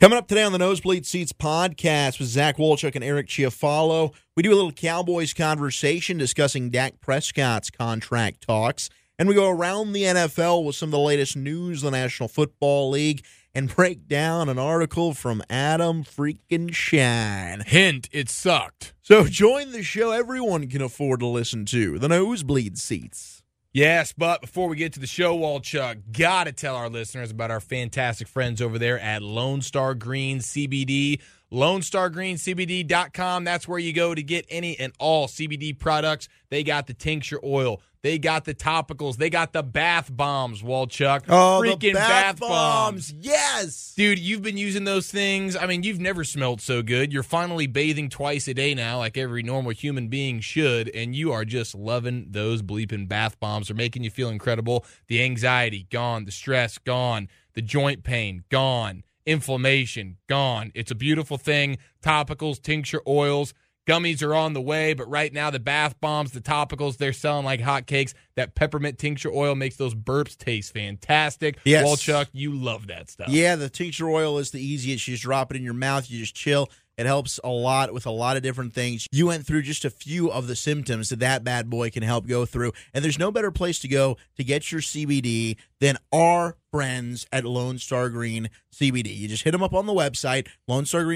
Coming up today on the Nosebleed Seats podcast with Zach Wolchuk and Eric Chiafalo, we do a little Cowboys conversation discussing Dak Prescott's contract talks, and we go around the NFL with some of the latest news of the National Football League and break down an article from Adam freaking Shine. Hint, it sucked. So join the show everyone can afford to listen to, the Nosebleed Seats. Yes, but before we get to the show, Walchuk, gotta tell our listeners about our fantastic friends over there at Lone Star Green CBD. LoneStarGreenCBD.com. That's where you go to get any and all CBD products. They got the tincture oil. They got the topicals. They got the bath bombs, Walchuk. Oh, Yes. Dude, you've been using those things. I mean, you've never smelled so good. You're finally bathing twice a day now, like every normal human being should, and you are just loving those bleeping bath bombs. They're making you feel incredible. The anxiety gone, the stress gone, the joint pain gone, inflammation gone. It's a beautiful thing. Topicals, tincture oils. Gummies are on the way, but right now the bath bombs, the topicals, they're selling like hotcakes. That peppermint tincture oil makes those burps taste fantastic. Yes. Walchuk, you love that stuff. Yeah, the tincture oil is the easiest. You just drop it in your mouth, you just chill. It helps a lot with a lot of different things. You went through just a few of the symptoms that that bad boy can help go through. And there's no better place to go to get your CBD than our friends at Lone Star Green CBD. You just hit them up on the website,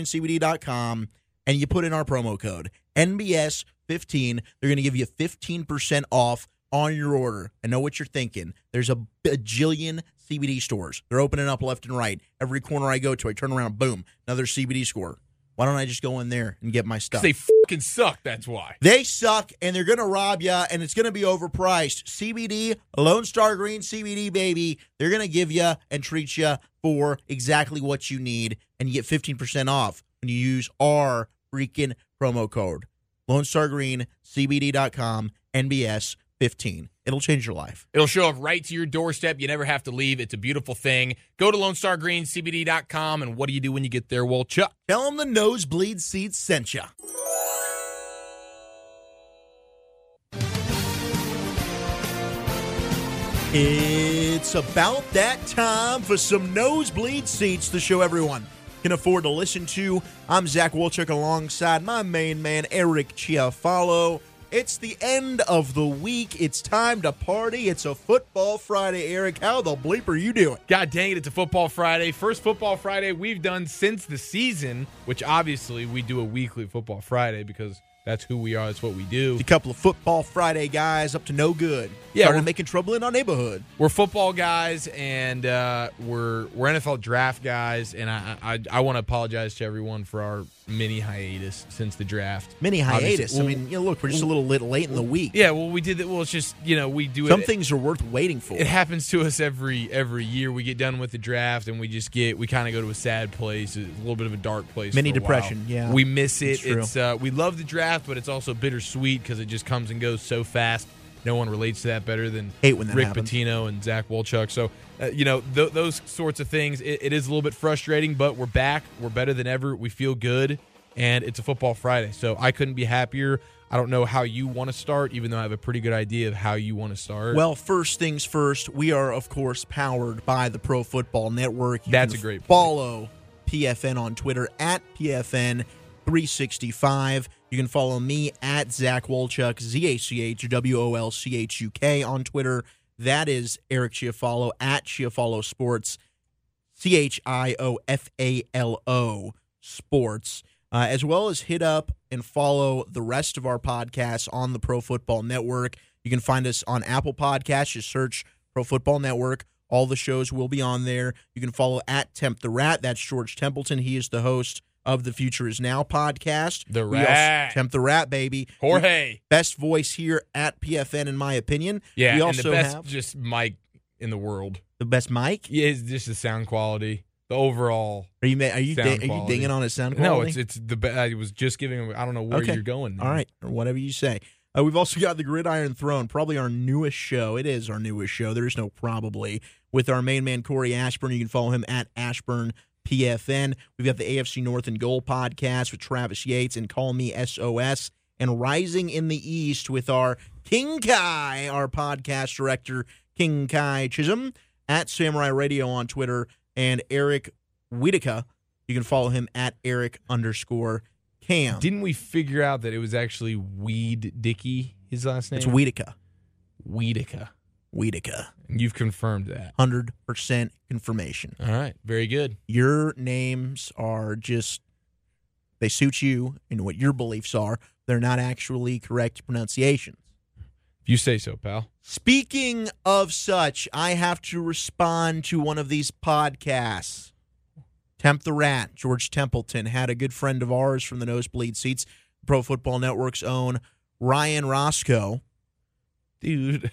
lonestargreencbd.com, and you put in our promo code NBS15. They're going to give you 15% off on your order. I know what you're thinking. There's a bajillion CBD stores. They're opening up left and right. Every corner I go to, I turn around, boom, another CBD store. Why don't I just go in there and get my stuff? They fucking suck. That's why. They suck and they're going to rob you and it's going to be overpriced. CBD, Lone Star Green CBD, baby. They're going to give you and treat you for exactly what you need. And you get 15% off when you use our freaking promo code Lone Star Green CBD.com NBS 15. It'll change your life. It'll show up right to your doorstep. You never have to leave. It's a beautiful thing. Go to LoneStarGreenCBD.com, and what do you do when you get there? Well, Chuck. Tell them the nosebleed seats sent you. It's about that time for some nosebleed seats to show everyone can afford to listen to. I'm Zach Wolchuk alongside my main man, Eric Chiafalo. It's the end of the week. It's time to party. It's a football Friday, Eric. How the bleep are you doing? God dang it, it's a Football Friday. First Football Friday we've done since the season, which obviously we do a weekly Football Friday because that's who we are. That's what we do. A couple of football Friday guys up to no good. Yeah, started we're- making trouble in our neighborhood. We're football guys, and uh, we're we're NFL draft guys, and I I, I want to apologize to everyone for our mini hiatus since the draft. Mini hiatus. Obviously- I mean, you know, look, we're just a little lit late in the week. Yeah, well, we did that. Well, it's just you know we do Some it. things are worth waiting for. it happens to us every every year. We get done with the draft and we just get we kind of go to a sad place, a little bit of a dark place. Mini for a depression, while. yeah. we miss it. It's true. It's uh, we love the draft, but it's also bittersweet because it just comes and goes so fast. No one relates to that better than Hate when that Rick happens. Pitino and Zach Wolchuk. So uh, you know th- those sorts of things. It, it is a little bit frustrating, but we're back. We're better than ever. We feel good, and it's a football Friday. So I couldn't be happier. I don't know how you want to start, even though I have a pretty good idea of how you want to start. Well, first things first, we are of course powered by the Pro Football Network. You That's can a great point. follow PFN on Twitter at PFN three sixty five. You can follow me at Zach Wolchuk Z A C H W O L C H U K on Twitter. That is Eric Chiafalo at Chiafalo Sports. C H I O F A L O Sports, uh, as well as hit up and follow the rest of our podcasts on the Pro Football Network. You can find us on Apple Podcasts. Just search Pro Football Network. All the shows will be on there. You can follow at Temp the Rat. That's George Templeton. He is the host of the Future Is Now podcast. The We also- Rat. Temp the Rat, baby. Jorge. Best voice here at PFN, in my opinion. Yeah, We and also the best have just mic in the world. the best mic. Yeah, it's just the sound quality, the overall. Are you ma- are you Sound ding- are you quality. dinging on his sound quality? No, it's it's the best. I was just giving. I don't know where Okay. you're going. now. All right, or whatever you say. Uh, we've also got the Gridiron Throne, probably our newest show. It is our newest show. There is no probably with our main man Corey Ashburn. You can follow him at Ashburn PFN. We've got the AFC North and Goal podcast with Travis Yates and Call Me SOS, and Rising in the East with our King Kai, our podcast director King Kai Chisholm at Samurai Radio on Twitter, and Eric Whitaker You can follow him at Eric underscore Cam. Didn't we figure out that it was actually Weed Dicky, his last name? It's Weedica. Weedica. Weedica. You've confirmed that. 100% confirmation. All right. Very good. Your names are just, they suit you and what your beliefs are. They're not actually correct pronunciations. If you say so, pal. Speaking of such, I have to respond to one of these podcasts. Temp the Rat, George Templeton, had a good friend of ours from the nosebleed seats, Pro Football Network's own Ryan Roscoe. Dude,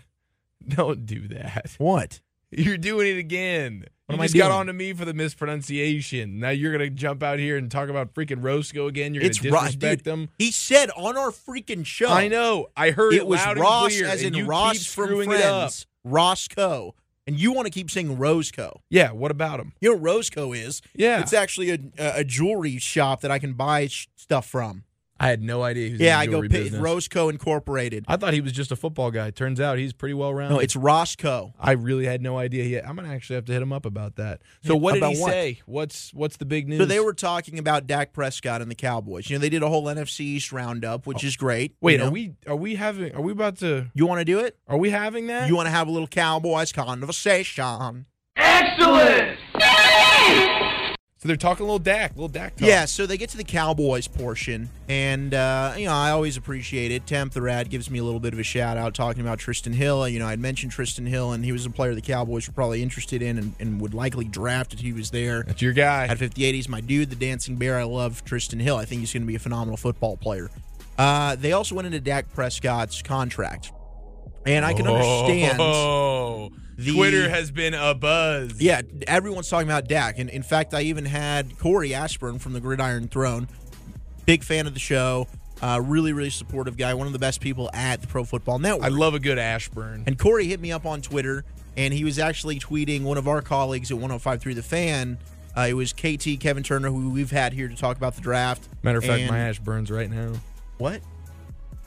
don't do that. What? You're doing it again. What you am I just got doing? on to me for the mispronunciation. Now you're gonna jump out here and talk about freaking Roscoe again. You're It's gonna Ro- dude, disrespect them. He said on our freaking show. I know. I heard it, It was loud Ross, and clear, as and you in keep Ross from screwing it up. Friends, Roscoe. And you want to keep saying Roseco. Yeah. What about him? You know what Roseco is? Yeah. It's actually a, a jewelry shop that I can buy sh- stuff from. I had no idea. He was yeah, I in the go jewelry pick business. Roseco Incorporated. I thought he was just a football guy. Turns out he's pretty well rounded. No, it's Roscoe. I really had no idea yet. I'm gonna actually have to hit him up about that. So what About did he what? say? What's what's the big news? So they were talking about Dak Prescott and the Cowboys. You know, they did a whole NFC East roundup, which is great. Oh. Wait, you know. are we are we having are we about to You want to do it? are we having that? You want to have a little Cowboys conversation? Excellent! so they're talking a little Dak, little Dak. Talk. Yeah, so they get to the Cowboys portion, and uh, you know I always appreciate it. Temp the Rad gives me a little bit of a shout out talking about Tristan Hill. You know I'd mentioned Tristan Hill, and he was a player the Cowboys were probably interested in and, and would likely draft if he was there. that's your guy. At 58, he's my dude, the dancing bear. I love Tristan Hill. I think he's going to be a phenomenal football player. Uh, they also went into Dak Prescott's contract, and I can understand. Oh, the- Twitter has been a buzz. Yeah, everyone's talking about Dak. And in fact, I even had Corey Aspern from the Gridiron Throne, big fan of the show, uh, really, really supportive guy, one of the best people at the Pro Football I Network. love a good Ashburn. and Corey hit me up on Twitter, and he was actually tweeting one oh of our colleagues at 1053 The Fan. Uh, it was KT Kevin Turner, who we've had here to talk about the draft. Matter of fact, And- my Ashburn's right now. What?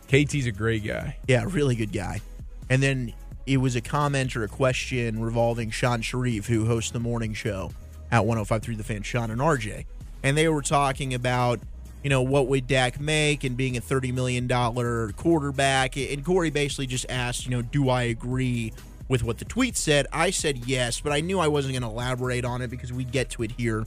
KT's a great guy. Yeah, really good guy. And then it was a comment or a question revolving Sean Sharif, who hosts the morning show at 1053 The Fan, Sean and RJ. And they were talking about, you know, what would Dak make and being a $30 million quarterback. And Corey basically just asked, you know, do I agree with what the tweet said? I said yes, but I knew I wasn't going to elaborate on it because we'd get to it here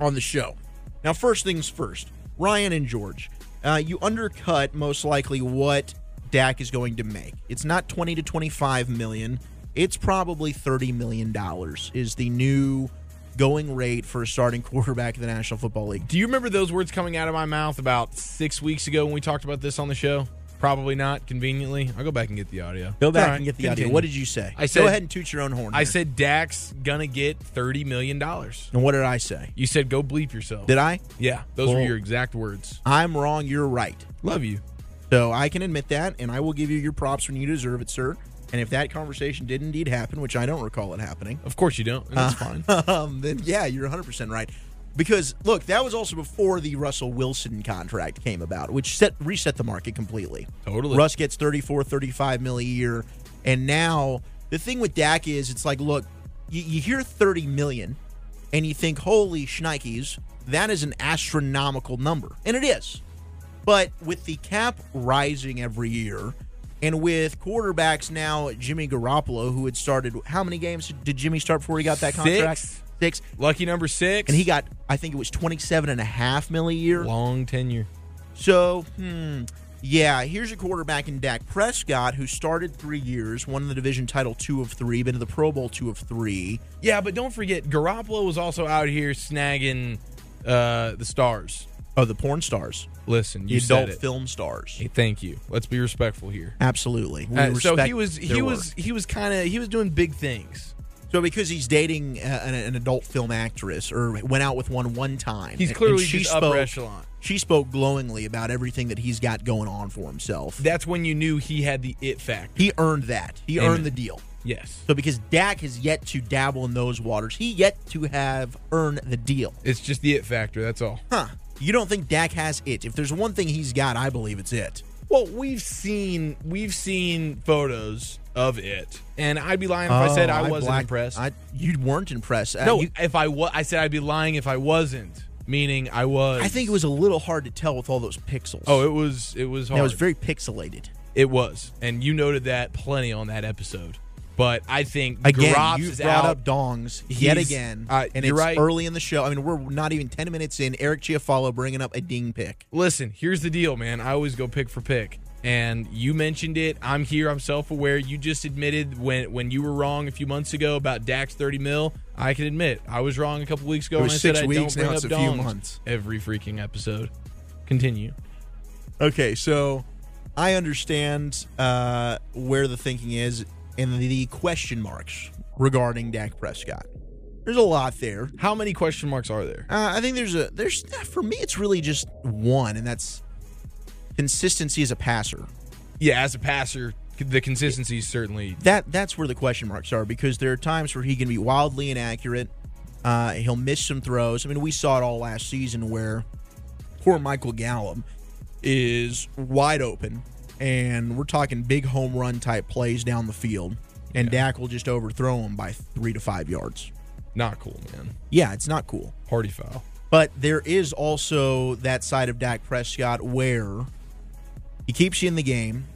on the show. Now, first things first, Ryan and George, uh, you undercut most likely what Dak is going to make. It's not 20 to 25 million. It's probably 30 million dollars is the new going rate for a starting quarterback in the National Football League. Do you remember those words coming out of my mouth about six weeks ago when we talked about this on the show? Probably not, conveniently. I'll go back and get the audio. Go back All right, and get the continue. idea. What did you say? I said- Go ahead and toot your own horn. I here. said Dak's gonna get thirty million dollars. And what did I say? You said go bleep yourself. Did I? yeah, those were Well- your exact words. I'm wrong, you're right. Love you. So I can admit that, and I will give you your props when you deserve it, sir. And if that conversation did indeed happen, which I don't recall it happening, Of course you don't. And that's fine. um, then yeah, you're 100% right. Because look, that was also before the Russell Wilson contract came about, which set reset the market completely. Totally. Russ gets 34, 35 mil a year, and now the thing with Dak is it's like, look, you, you hear 30 million, and you think, holy shnikes, that is an astronomical number, and it is. But with the cap rising every year, and with quarterbacks now, Jimmy Garoppolo, who had started how many games did Jimmy start before he got that Six. contract? Six. Lucky number six. And he got, I think it was 27 and a half mil a year. long tenure. So, hmm, yeah, here's a quarterback in Dak Prescott who started three years, won the division title two of three, been to the Pro Bowl two of three. Yeah, but don't forget Garoppolo was also out here snagging uh, the stars. Oh, the porn stars, Listen, the you adult said it. film stars. Hey, thank you. Let's be respectful here. Absolutely. We Uh, so respect he was he their work. was he was kind of he was doing big things. So because he's dating uh, an, an adult film actress, or went out with one one time, He's and- clearly and she just upper spoke. echelon. She spoke glowingly about everything that he's got going on for himself. That's when you knew he had the it factor. he earned that. He Amen. earned the deal. Yes, So because Dak has yet to dabble in those waters, he yet to have earned the deal. it's just the it factor. That's all. Huh? You don't think Dak has it? If there's one thing he's got, I believe it's it. Well, we've seen we've seen photos of it, and I'd be lying if I Oh, said I, wasn't blacked- impressed. I, you weren't impressed. Uh, no, you- if I was, I said I'd be lying if I wasn't. meaning I was. I think it was a little hard to tell with all those pixels. Oh, it was. It was hard. it was very pixelated. It was, and you noted that plenty on that episode. But I think Again, Garopp's you is brought out. up dongs yet He's- again, uh, and you're it's right. early in the show. I mean, we're not even ten minutes in. Eric Chiafalo bringing up a ding pick. Listen, here's the deal, man. I always go pick for pick. And you mentioned it. I'm here. I'm self-aware. You just admitted when when you were wrong a few months ago about Dax 30 mil. I can admit I was wrong a couple weeks ago. It was when six I said weeks, I don't bring now it's up a few dongs months. every freaking episode. Continue. Okay, so I understand uh, where the thinking is and the question marks regarding Dak Prescott. There's a lot there. How many question marks are there? Uh, I think there's a there's for me it's really just one, and that's consistency as a passer. Yeah, as a passer, the consistency is certainly That that's where the question marks are because there are times where he can be wildly inaccurate. Uh, he'll miss some throws. I mean, we saw it all last season where poor Michael Gallup is wide open, and we're talking big home run type plays down the field, and Dak will just overthrow him by three to five yards. not cool, man. Yeah, it's not cool. Party foul. But there is also that side of Dak Prescott where he keeps you in the game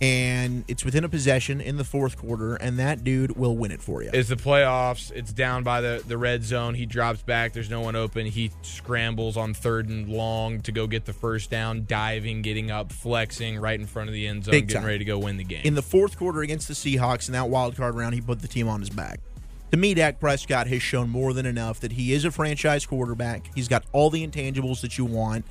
and it's within a possession in the fourth quarter, and that dude will win it for you. It's the playoffs. It's down by the, the red zone. He drops back. There's no one open. He scrambles on third and long to go get the first down, diving, getting up, flexing right in front of the end zone, Big getting time. ready to go win the game. in the fourth quarter against the Seahawks in that wild card round, he put the team on his back. To me, Dak Prescott has shown more than enough that he is a franchise quarterback. He's got all the intangibles that you want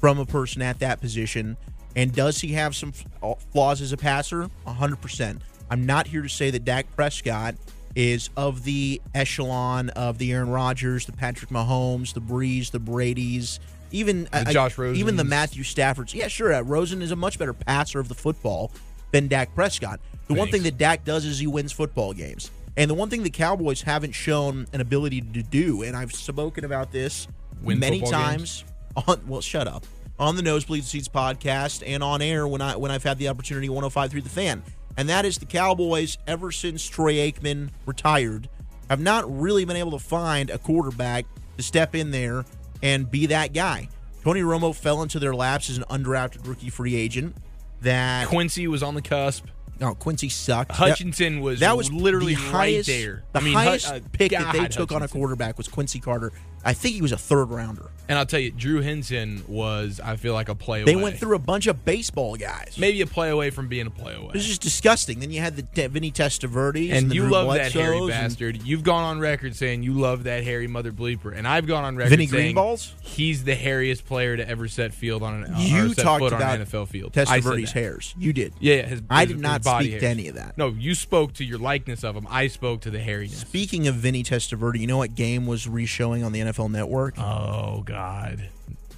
from a person at that position. And does he have some f- uh, flaws as a passer? 100%. I'm not here to say that Dak Prescott is of the echelon of the Aaron Rodgers, the Patrick Mahomes, the Breeze, the Brady's, even The I- Josh even the Rosen's. Matthew Stafford's. Yeah, sure. Uh, Rosen is a much better passer of the football than Dak Prescott. The one Thanks. thing that Dak does is he wins football games. And the one thing the Cowboys haven't shown an ability to do, and I've spoken about this Win many football games? times on well, shut up. On the Nosebleed Seats podcast and on air when I when I've had the opportunity 105 through the fan. And that is the Cowboys ever since Troy Aikman retired have not really been able to find a quarterback to step in there and be that guy. Tony Romo fell into their laps as an undrafted rookie free agent. That Quincy was on the cusp. no, Quincy sucked. Hutchinson was that was literally the highest, right there. The I mean, Hut- highest uh, pick that they God, took on a Hutchinson. quarterback was Quincy Carter. I think he was a third rounder. And I'll tell you, Drew Henson was, I feel like, a play They away. went through a bunch of baseball guys. maybe a play away from being a play away. It was just disgusting. Then you had the Te- Vinny Testaverde and, and the you Drew love that hairy Bledsoes and bastard. You've gone on record saying you love that hairy mother bleeper, and I've gone on record Vinny saying Greenballs? he's the hairiest player to ever set field on an uh, or You set talked foot on about an NFL field. I said Testaverde's that. hairs. You did. Yeah, yeah, his, I his- did his not body speak to hairs. any of that. No, you spoke to your likeness of him. I spoke to the hairiness. Speaking of Vinny Testaverde, you know what game was re-showing on the NFL Network? Oh God.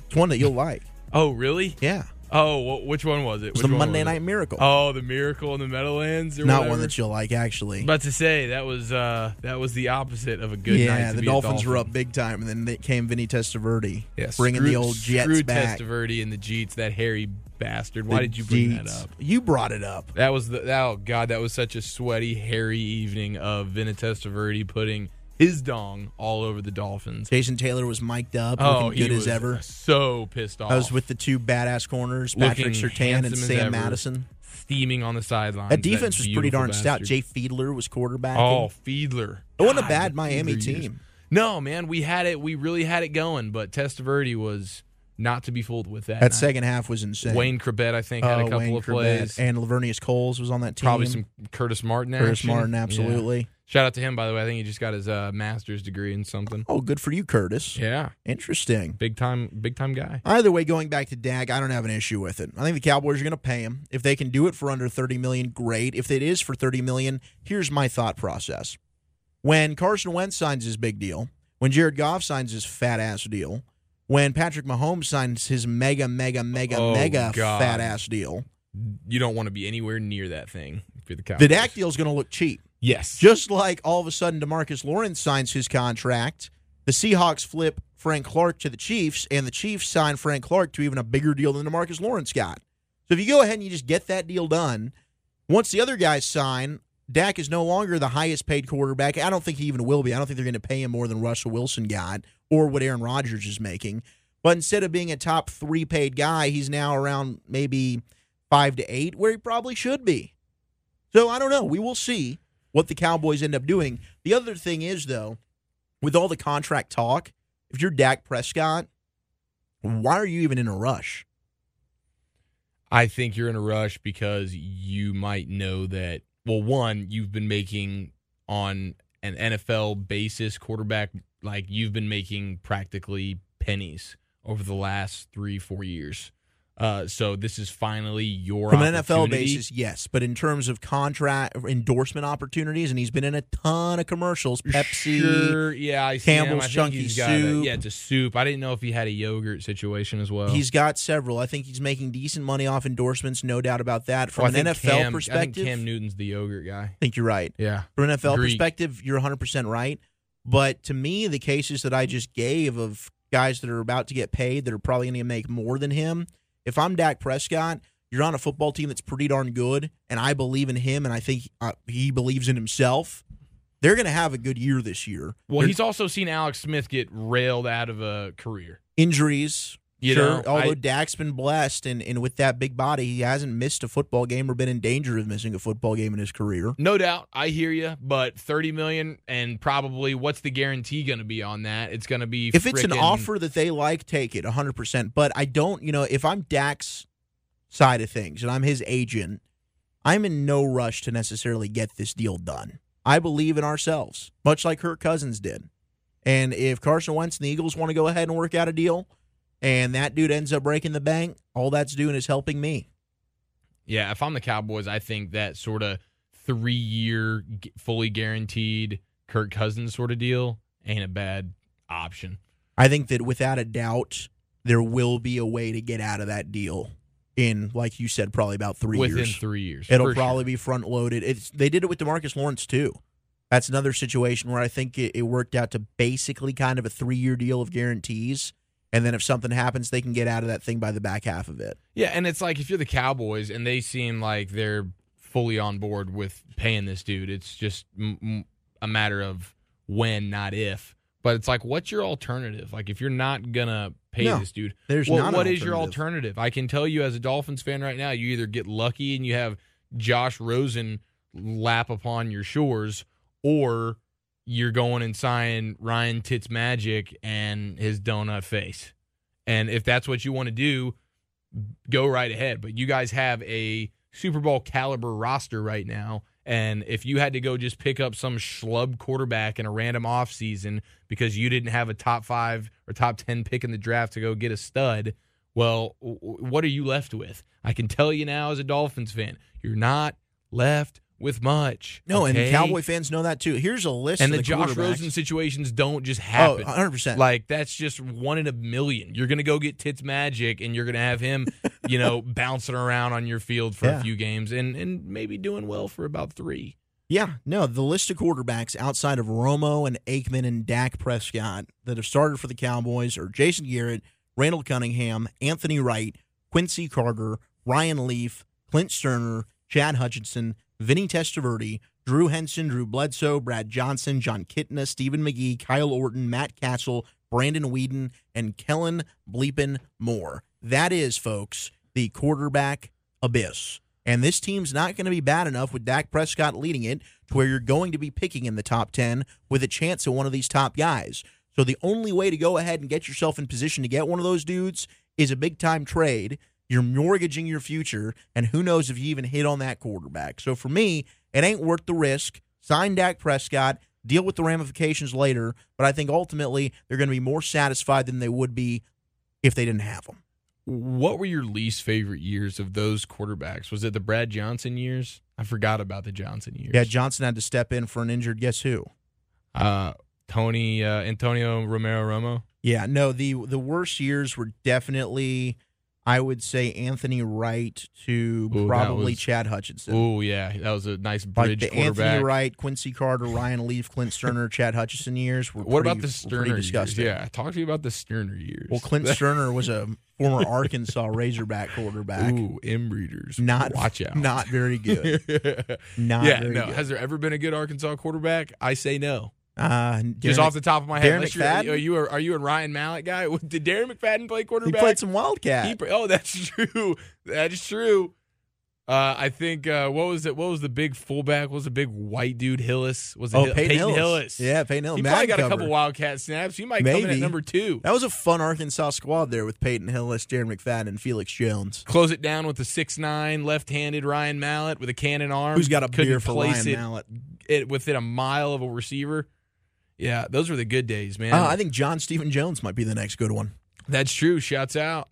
it's one that you'll like. Oh really? Yeah, Oh, wh- which one was it? it's Which the one Monday was it? Night Miracle. Oh, the miracle in the Meadowlands. Or not whatever? one that you'll like, actually. About to say that was uh that was the opposite of a good night. yeah, to the be a Dolphins Dolphin. were up big time, and then they came Vinny Testaverde, Yeah, bringing screw- the old Jets screw back. Testaverde and the Jeets, that hairy bastard. The Why did you bring Jeets. that up? You brought it up. That was the oh god, that was such a sweaty, hairy evening of Vinny Testaverde putting his dong all over the Dolphins. Jason Taylor was mic'd up, Oh, looking he good was as ever. so pissed off. I was with the two badass corners, Patrick Looking Sertan handsome and as Sam ever. Madison. steaming on the sidelines. That defense was pretty beautiful darn stout. bastard. Jay Fiedler was quarterbacking. Oh, Fiedler. it wasn't a God, bad the Miami Fiedler years. team. No, man, we had it. We really had it going, but Testaverde was not to be fooled with that. That night. second half was insane. Wayne Crabett, I think, had a Oh, couple Wayne of Corbett plays. and Lavernius Coles was on that team. Probably some Curtis Martin. Curtis action. Martin, Yeah. absolutely. Shout out to him, by the way. I think he just got his uh, master's degree in something. Oh, good for you, Curtis. Yeah, Interesting. big time, big time guy. Either way, going back to Dak, I don't have an issue with it. I think the Cowboys are going to pay him. If they can do it for under thirty million, great. If it is for thirty million, here's my thought process: When Carson Wentz signs his big deal, when Jared Goff signs his fat ass deal, when Patrick Mahomes signs his mega, mega, mega, Oh, mega God. fat ass deal, You don't want to be anywhere near that thing if you're the Cowboys. the Dak deal is going to look cheap. Yes. Just like all of a sudden Demarcus Lawrence signs his contract, the Seahawks flip Frank Clark to the Chiefs, and the Chiefs sign Frank Clark to even a bigger deal than Demarcus Lawrence got. So if you go ahead and you just get that deal done, once the other guys sign, Dak is no longer the highest paid quarterback. I don't think he even will be. I don't think they're going to pay him more than Russell Wilson got or what Aaron Rodgers is making. But instead of being a top three paid guy, he's now around maybe five to eight, where he probably should be. So I don't know. We will see what the Cowboys end up doing. The other thing is, though, with all the contract talk, if you're Dak Prescott, why are you even in a rush? I think you're in a rush because you might know that. Well, one, you've been making on an NFL basis quarterback like you've been making practically pennies over the last three, four years. Uh, so this is finally your From an NFL opportunity. basis, yes, but in terms of contract endorsement opportunities, and he's been in a ton of commercials, Pepsi. Sure, yeah, I see him. Campbell's I think Chunky he's got a- Soup. yeah, it's a soup. I didn't know if he had a yogurt situation as well. He's got several. I think he's making decent money off endorsements, no doubt about that. From Oh, I an think NFL Cam- perspective, I think Cam Newton's the yogurt guy. I think you're right. Yeah, From an NFL Greek. perspective, you're 100% right. But to me, the cases that I just gave of guys that are about to get paid that are probably going to make more than him, if I'm Dak Prescott, you're on a football team that's pretty darn good, and I believe in him, and I think uh, he believes in himself. They're going to have a good year this year. Well, They're- he's also seen Alex Smith get railed out of a career. injuries. You sure, know, although I- Dak's been blessed, and, and with that big body, he hasn't missed a football game or been in danger of missing a football game in his career. No doubt, I hear you, but thirty million and probably what's the guarantee going to be on that? It's going to be If it's an frickin- offer that they like, take it 100%. But I don't, you know, if I'm Dak's side of things and I'm his agent, I'm in no rush to necessarily get this deal done. I believe in ourselves, much like Kirk Cousins did. And if Carson Wentz and the Eagles want to go ahead and work out a deal and that dude ends up breaking the bank, all that's doing is helping me. Yeah, if I'm the Cowboys, I think that sort of three year fully guaranteed Kirk Cousins sort of deal ain't a bad option. I think that without a doubt, there will be a way to get out of that deal in, like you said, probably about three Within years. three years, It'll for sure. probably be front loaded. It's they did it with Demarcus Lawrence too. That's another situation where I think it, it worked out to basically kind of a three year deal of guarantees, and then if something happens, they can get out of that thing by the back half of it. Yeah, and it's like if you're the Cowboys and they seem like they're fully on board with paying this dude, it's just m- m- a matter of when, not if. But it's like, what's your alternative? Like, if you're not gonna pay No, this dude, There's well, not an what is your alternative. alternative? I can tell you as a Dolphins fan right now, you either get lucky and you have Josh Rosen lap upon your shores, or you're going and signing Ryan Tits Magic and his donut face. And if that's what you want to do, go right ahead. But you guys have a Super Bowl caliber roster right now. And if you had to go just pick up some schlub quarterback in a random offseason because you didn't have a top five or top 10 pick in the draft to go get a stud, well, w- w- what are you left with? I can tell you now as a Dolphins fan, you're not left with much. No, and okay? Cowboy fans know that too. Here's a list and of the, Josh quarterbacks. Rosen situations don't just Oh, happen. 100 percent. Like that's just one in a million. You're gonna go get Tits Magic, and you're gonna have him, you know, bouncing around on your field for Yeah. a few games, and and maybe doing well for about three. Yeah, no, the list of quarterbacks outside of Romo and Aikman and Dak Prescott that have started for the Cowboys are Jason Garrett, Randall Cunningham, Anthony Wright, Quincy Carter, Ryan Leaf, Clint Sterner, Chad Hutchinson, Vinny Testaverde, Drew Henson, Drew Bledsoe, Brad Johnson, John Kitna, Stephen McGee, Kyle Orton, Matt Castle, Brandon Whedon, and Kellen Bleepin Moore. That is, folks, the quarterback abyss. And this team's not going to be bad enough with Dak Prescott leading it to where you're going to be picking in the top 10 with a chance at one of these top guys. So the only way to go ahead and get yourself in position to get one of those dudes is a big time trade. You're mortgaging your future, and who knows if you even hit on that quarterback. So for me, it ain't worth the risk. Sign Dak Prescott, deal with the ramifications later, but I think ultimately they're going to be more satisfied than they would be if they didn't have him. What were your least favorite years of those quarterbacks? Was it the Brad Johnson years? I forgot about the Johnson years. Yeah, Johnson had to step in for an injured guess who? uh, Tony uh, Antonio Romero Romo. Yeah, no, the the worst years were definitely I would say Anthony Wright to Ooh, that probably was- Chad Hutchinson. Oh yeah, that was a nice like bridge the quarterback. Anthony Wright, Quincy Carter, Ryan Leaf, Clint Sterner, Chad Hutchinson years. Were What pretty, about the were pretty Sterner years? disgusting. Yeah, talk to me about the Sterner years. Well, Clint Sterner was a former Arkansas Razorback quarterback. Ooh, inbreeders. not watch out. Not very good. Not yeah, very no. good. Has there ever been a good Arkansas quarterback? I say no. Uh, Just Darren- off the top of my head, Darren unless you're, McFadden? are you a, are you a Ryan Mallett guy? Did Darren McFadden play he quarterback? played some Wildcat. He pr- oh, that's true. That's true. Uh, I think uh, what was it? What was the big fullback? What was the big white dude Hillis? Was it oh, Hill- Peyton, Hillis. Yeah, Peyton Hillis. he Madden probably got a cover. couple Wildcat snaps. He might come in Maybe. at number two. That was a fun Arkansas squad there with Peyton Hillis, Darren McFadden, and Felix Jones. Close it down with a six nine left-handed Ryan Mallett with a cannon arm. Who's got a Couldn't beer for place Ryan it, Mallett? it within a mile of a receiver. Yeah, those were the good days, man. Uh, I think John Stephen Jones might be the next good one. That's true. Shouts out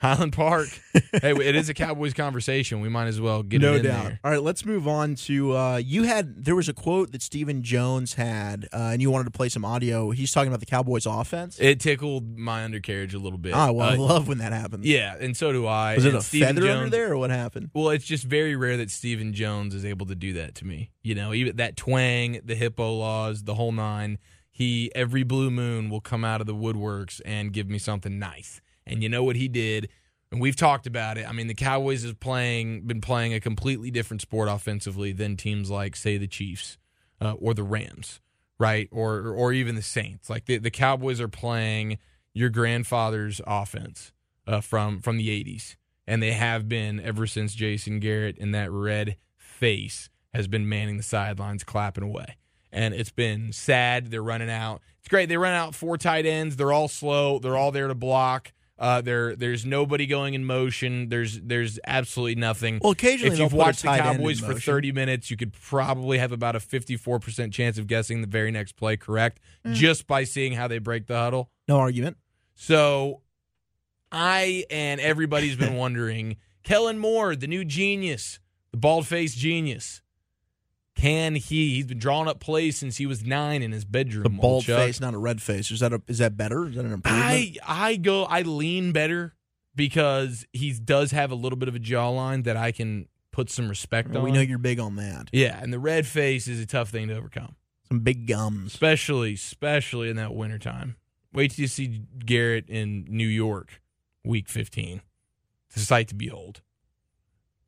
Highland Park. hey, it is a Cowboys conversation. We might as well get no it in doubt. there. All right, let's move on to uh, you had. There was a quote that Stephen Jones had, uh, and you wanted to play some audio. He's talking about the Cowboys' offense. It tickled my undercarriage a little bit. Ah, well, I Uh, love when that happens. yeah, and so do I. was it And a Stephen feather under Jones- there, or what happened? Well, it's just very rare that Stephen Jones is able to do that to me. You know, even that twang, the hippo laws, the whole nine. He every blue moon will come out of the woodworks and give me something nice. And you know what he did? And we've talked about it. I mean, the Cowboys is playing been playing a completely different sport offensively than teams like say the Chiefs uh, or the Rams, right? Or or even the Saints. Like the, the Cowboys are playing your grandfather's offense uh, from from the 80s and they have been ever since Jason Garrett and that red face has been manning the sidelines clapping away. And it's been sad. They're running out. It's great. They run out four tight ends. They're all slow. They're all there to block. Uh, there, there's nobody going in motion. There's, there's absolutely nothing. Well, occasionally If they'll you've put a watched the tight end in Cowboys for motion. 30 minutes, you could probably have about a 54% chance of guessing the very next play correct Mm. just by seeing how they break the huddle. no argument. So I and everybody's been wondering Kellen Moore, the new genius, the bald faced genius. Can he? He's been drawing up plays since he was nine in his bedroom. The old bald Chuck. face, not a red face. Is that a, is that better? Is that an improvement? I I go I lean better because he does have a little bit of a jawline that I can put some respect Well, on. we know you're big on that. yeah, and the red face is a tough thing to overcome. Some big gums. especially especially in that wintertime. Wait till you see Garrett in New York, week fifteen. It's a sight to behold.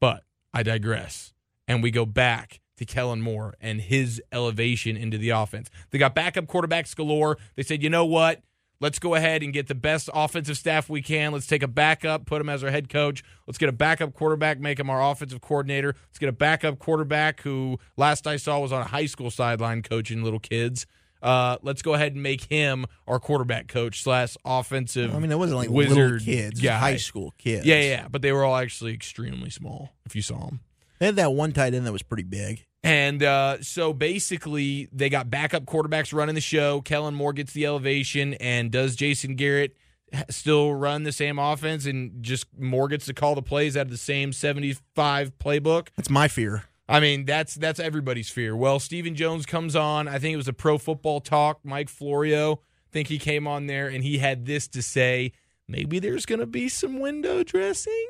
But I digress, and we go back to Kellen Moore and his elevation into the offense. They got backup quarterbacks galore. They said, you know what? Let's go ahead and get the best offensive staff we can. Let's take a backup, put him as our head coach. Let's get a backup quarterback, make him our offensive coordinator. Let's get a backup quarterback who last I saw was on a high school sideline coaching little kids. Uh, let's go ahead and make him our quarterback coach slash offensive. I mean, it wasn't like little wizard kids, guy. high school kids. Yeah, yeah, but they were all actually extremely small if you saw them. They had that one tight end that was pretty big. And uh, so basically, they got backup quarterbacks running the show. Kellen Moore gets the elevation, and does Jason Garrett ha- still run the same offense? And just Moore gets to call the plays out of the same seventy-five playbook. That's my fear. I mean, that's that's everybody's fear. Well, Stephen Jones comes on. I think it was a Pro Football Talk. Mike Florio, I think he came on there and he had this to say: maybe there's going to be some window dressing.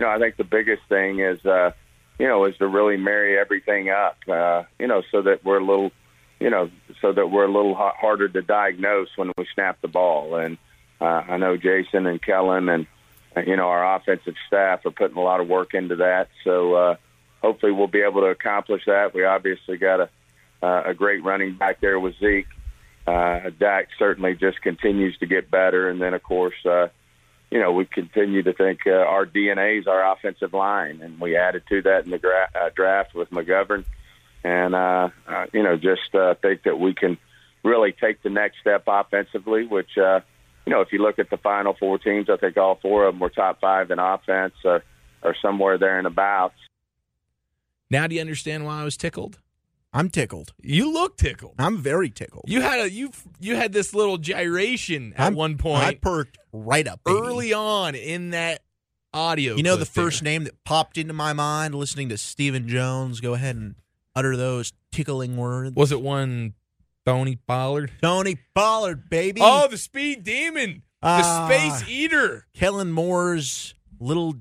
No, I think the biggest thing is, uh, you know, is to really marry everything up, uh, you know, so that we're a little, you know, so that we're a little ha- harder to diagnose when we snap the ball. And uh, I know Jason and Kellen and, uh, you know, our offensive staff are putting a lot of work into that. So uh, hopefully we'll be able to accomplish that. We obviously got a, uh, a great running back there with Zeke. Uh, Dak certainly just continues to get better. And then, of course, uh, you know, we continue to think uh, our DNA is our offensive line, and we added to that in the gra- uh, draft with McGovern, and uh, uh, you know, just uh, think that we can really take the next step offensively. Which, uh, you know, if you look at the final four teams, I think all four of them were top five in offense, or, or somewhere there and about. Now, do you understand why I was tickled? I'm tickled. You look tickled. I'm very tickled. You had a you you had this little gyration at I'm- one I point perked right up baby. early on in that audio. You know the clip there. first name that popped into my mind listening to Stephen Jones. Go ahead and utter those tickling words. was it one Tony Pollard? Tony Pollard, baby. Oh, the speed demon. The Ah, space eater. Kellen Moore's little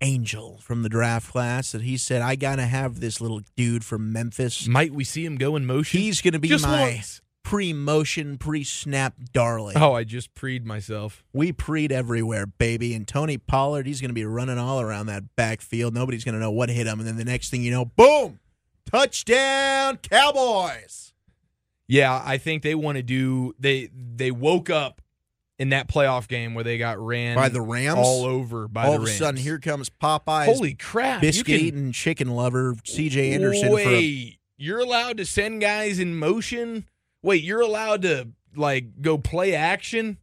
angel from the draft class that he said, I gotta have this little dude from Memphis. Might we see him go in motion? He's gonna be Mm. Just my once. pre-motion, pre-snap darling. Oh, I just preed myself. We preed everywhere, baby. And Tony Pollard, he's going to be running all around that backfield. Nobody's going to know what hit him. And then the next thing you know, boom, touchdown, Cowboys. Yeah, I think they want to do. They they woke up in that playoff game where they got ran by the Rams. all over by All the of a Rams. sudden, here comes Popeye's holy crap! you can- biscuit eating chicken lover, CJ Anderson. For a, Wait, you're allowed to send guys in motion. Wait, you're allowed to like go play action.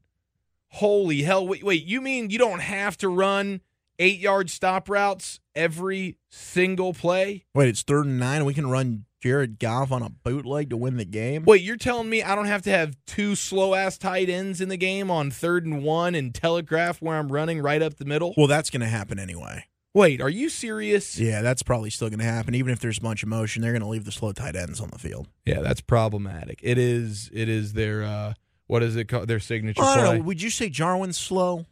Holy hell! Wait, wait. You mean you don't have to run eight yard stop routes every single play? wait, it's third and nine. We can run Jared Goff on a bootleg to win the game. Wait, you're telling me I don't have to have two slow ass tight ends in the game on third and one and telegraph where I'm running right up the middle? Well, that's going to happen anyway. Wait, are you serious? Yeah, that's probably still going to happen. Even if there's a bunch of motion, they're going to leave the slow tight ends on the field. Yeah, that's problematic. It is. It is their. uh What is it called? Their signature I don't play. know. Would you say Jarwin's slow?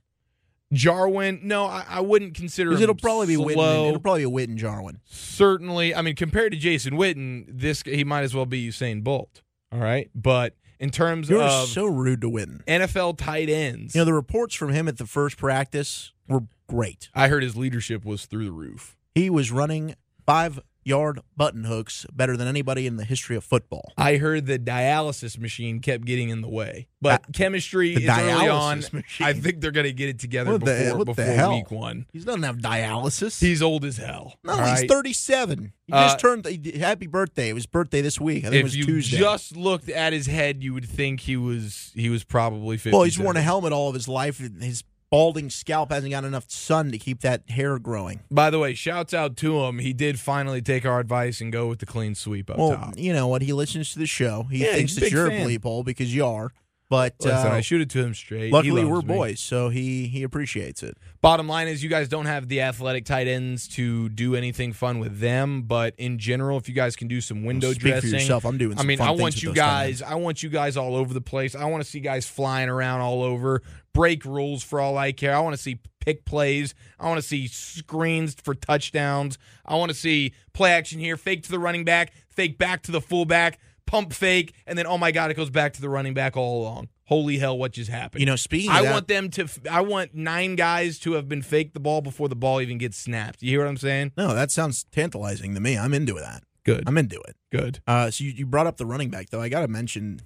Jarwin. No, I, I wouldn't consider. Because him it'll probably be Witten. slow. It'll probably be Witten Jarwin. Certainly, I mean, compared to Jason Witten, this he might as well be Usain Bolt. All right, but in terms You're of so rude to Witten. NFL tight ends, You know the reports from him at the first practice were great. I heard his leadership was through the roof. He was running five yard button hooks better than anybody in the history of football. I heard the dialysis machine kept getting in the way, but chemistry The is early dialysis on. machine. I think they're going to get it together What the- before what the before hell? week one. he doesn't have dialysis. He's old as hell. no, all he's right? Uh, 37. He just turned. Happy birthday! It was birthday this week. I think it If was you Tuesday. just looked at his head, you would think he was he was probably fifty. well, he's worn a helmet all of his life. and His balding scalp hasn't got enough sun to keep that hair growing. By the way, shouts out to him. He did finally take our advice and go with the clean sweep up well, uh, top. you know what? He listens to the show. He Yeah, thinks he's a that big you're fan. a bleep hole because you are. But Listen, uh, I shoot it to him straight. He Luckily, loves we're me. boys, so he he appreciates it. Bottom line is, you guys don't have the athletic tight ends to do anything fun with them. But in general, if you guys can do some window Speak dressing, for yourself. I'm doing. I Some mean, fun I things want with you those tight guys. I want you guys all over the place. I want to see guys flying around all over, break rules for all I care. I want to see pick plays. I want to see screens for touchdowns. I want to see play action here, fake to the running back, fake back to the fullback, pump fake, and then oh my god, it goes back to the running back all along. Holy hell, what just ends. happened? You know, speaking. Of I that, want them to. f- I want nine guys to have been faked the ball before the ball even gets snapped. You hear what I'm saying? No, that sounds tantalizing to me. I'm into that. Good. I'm into it. Good. Uh, so you, you brought up the running back though. I got to mention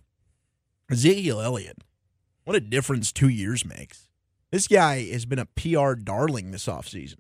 Ezekiel Elliott. What a difference two years makes. This guy has been a PR darling this offseason.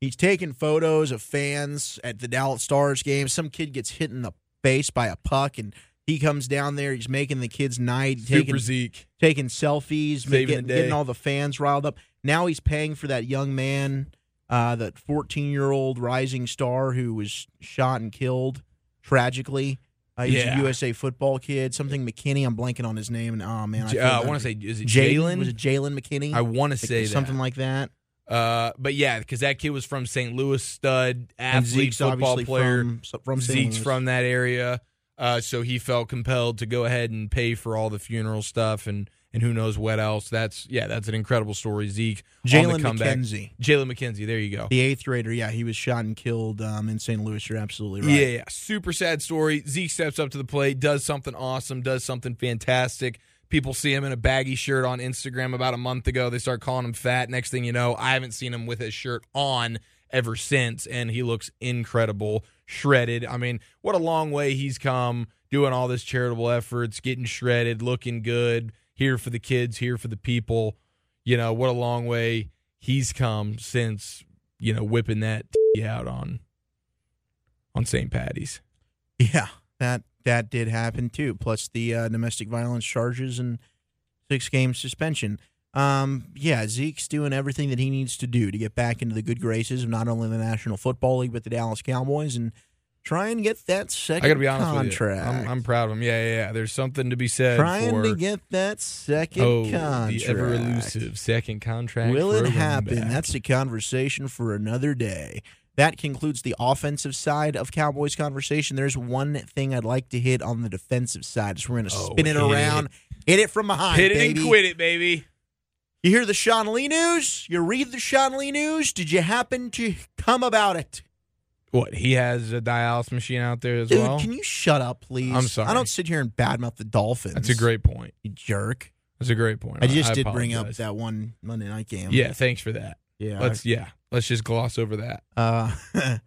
He's taken photos of fans at the Dallas Stars game. Some kid gets hit in the face by a puck, and he comes down there. He's making the kids night, Super taking Zeke. taking selfies, Saving getting, the day. getting all the fans riled up. Now he's paying for that young man, uh, that 14 year old rising star who was shot and killed tragically. Uh, he's Yeah. a USA football kid, something McKinney. I'm blanking on his name. And, oh, man. J- feel uh, I bad. want to say is it Was it Jalen? Jalen McKinney? I want to Like, say something that. like that. Uh, but yeah, because that kid was from St. Louis, stud And athlete, Zeke's football obviously player. from, from St. Zeke's Louis. from that area, uh, so he felt compelled to go ahead and pay for all the funeral stuff and and who knows what else. That's yeah, that's an incredible story. Zeke, Jalen comeback. McKenzie, Jalen McKenzie. There you go. the eighth grader. Yeah, he was shot and killed um, in St. Louis. You're absolutely right. Yeah, yeah. super sad story. Zeke steps up to the plate, does something awesome, does something fantastic. People see him in a baggy shirt on Instagram about a month ago. They start calling him fat. Next thing you know, I haven't seen him with his shirt on ever since, and he looks incredible, shredded. I mean, what a long way he's come doing all this charitable efforts, getting shredded, looking good, here for the kids, here for the people. You know, what a long way he's come since, you know, whipping that out on on St. Patty's. Yeah, that that did happen too. Plus the uh, domestic violence charges and six game suspension. Um, yeah, Zeke's doing everything that he needs to do to get back into the good graces of not only the National Football League but the Dallas Cowboys and try and get that second I got to be honest contract. with you. I'm, I'm proud of him. Yeah, yeah, yeah. There's something to be said trying for to get that second oh, contract. the ever elusive second contract. Will for a it running happen? back. That's a conversation for another day. That concludes the offensive side of Cowboys conversation. There's one thing I'd like to hit on the defensive side. So we're going to Oh, spin it hit around, hit it from behind, hit it baby. and quit it, baby. You hear the Sean Lee news? You read the Sean Lee news? Did you happen to come about it? What he has a dialysis machine out there as Dude, well. can you shut up, please? I'm sorry. I don't sit here and badmouth the Dolphins. That's a great point. You jerk. That's a great point. I just did bring up apologize. that one Monday night game. Yeah, thanks for that. Yeah. Let's yeah, let's just gloss over that. Uh,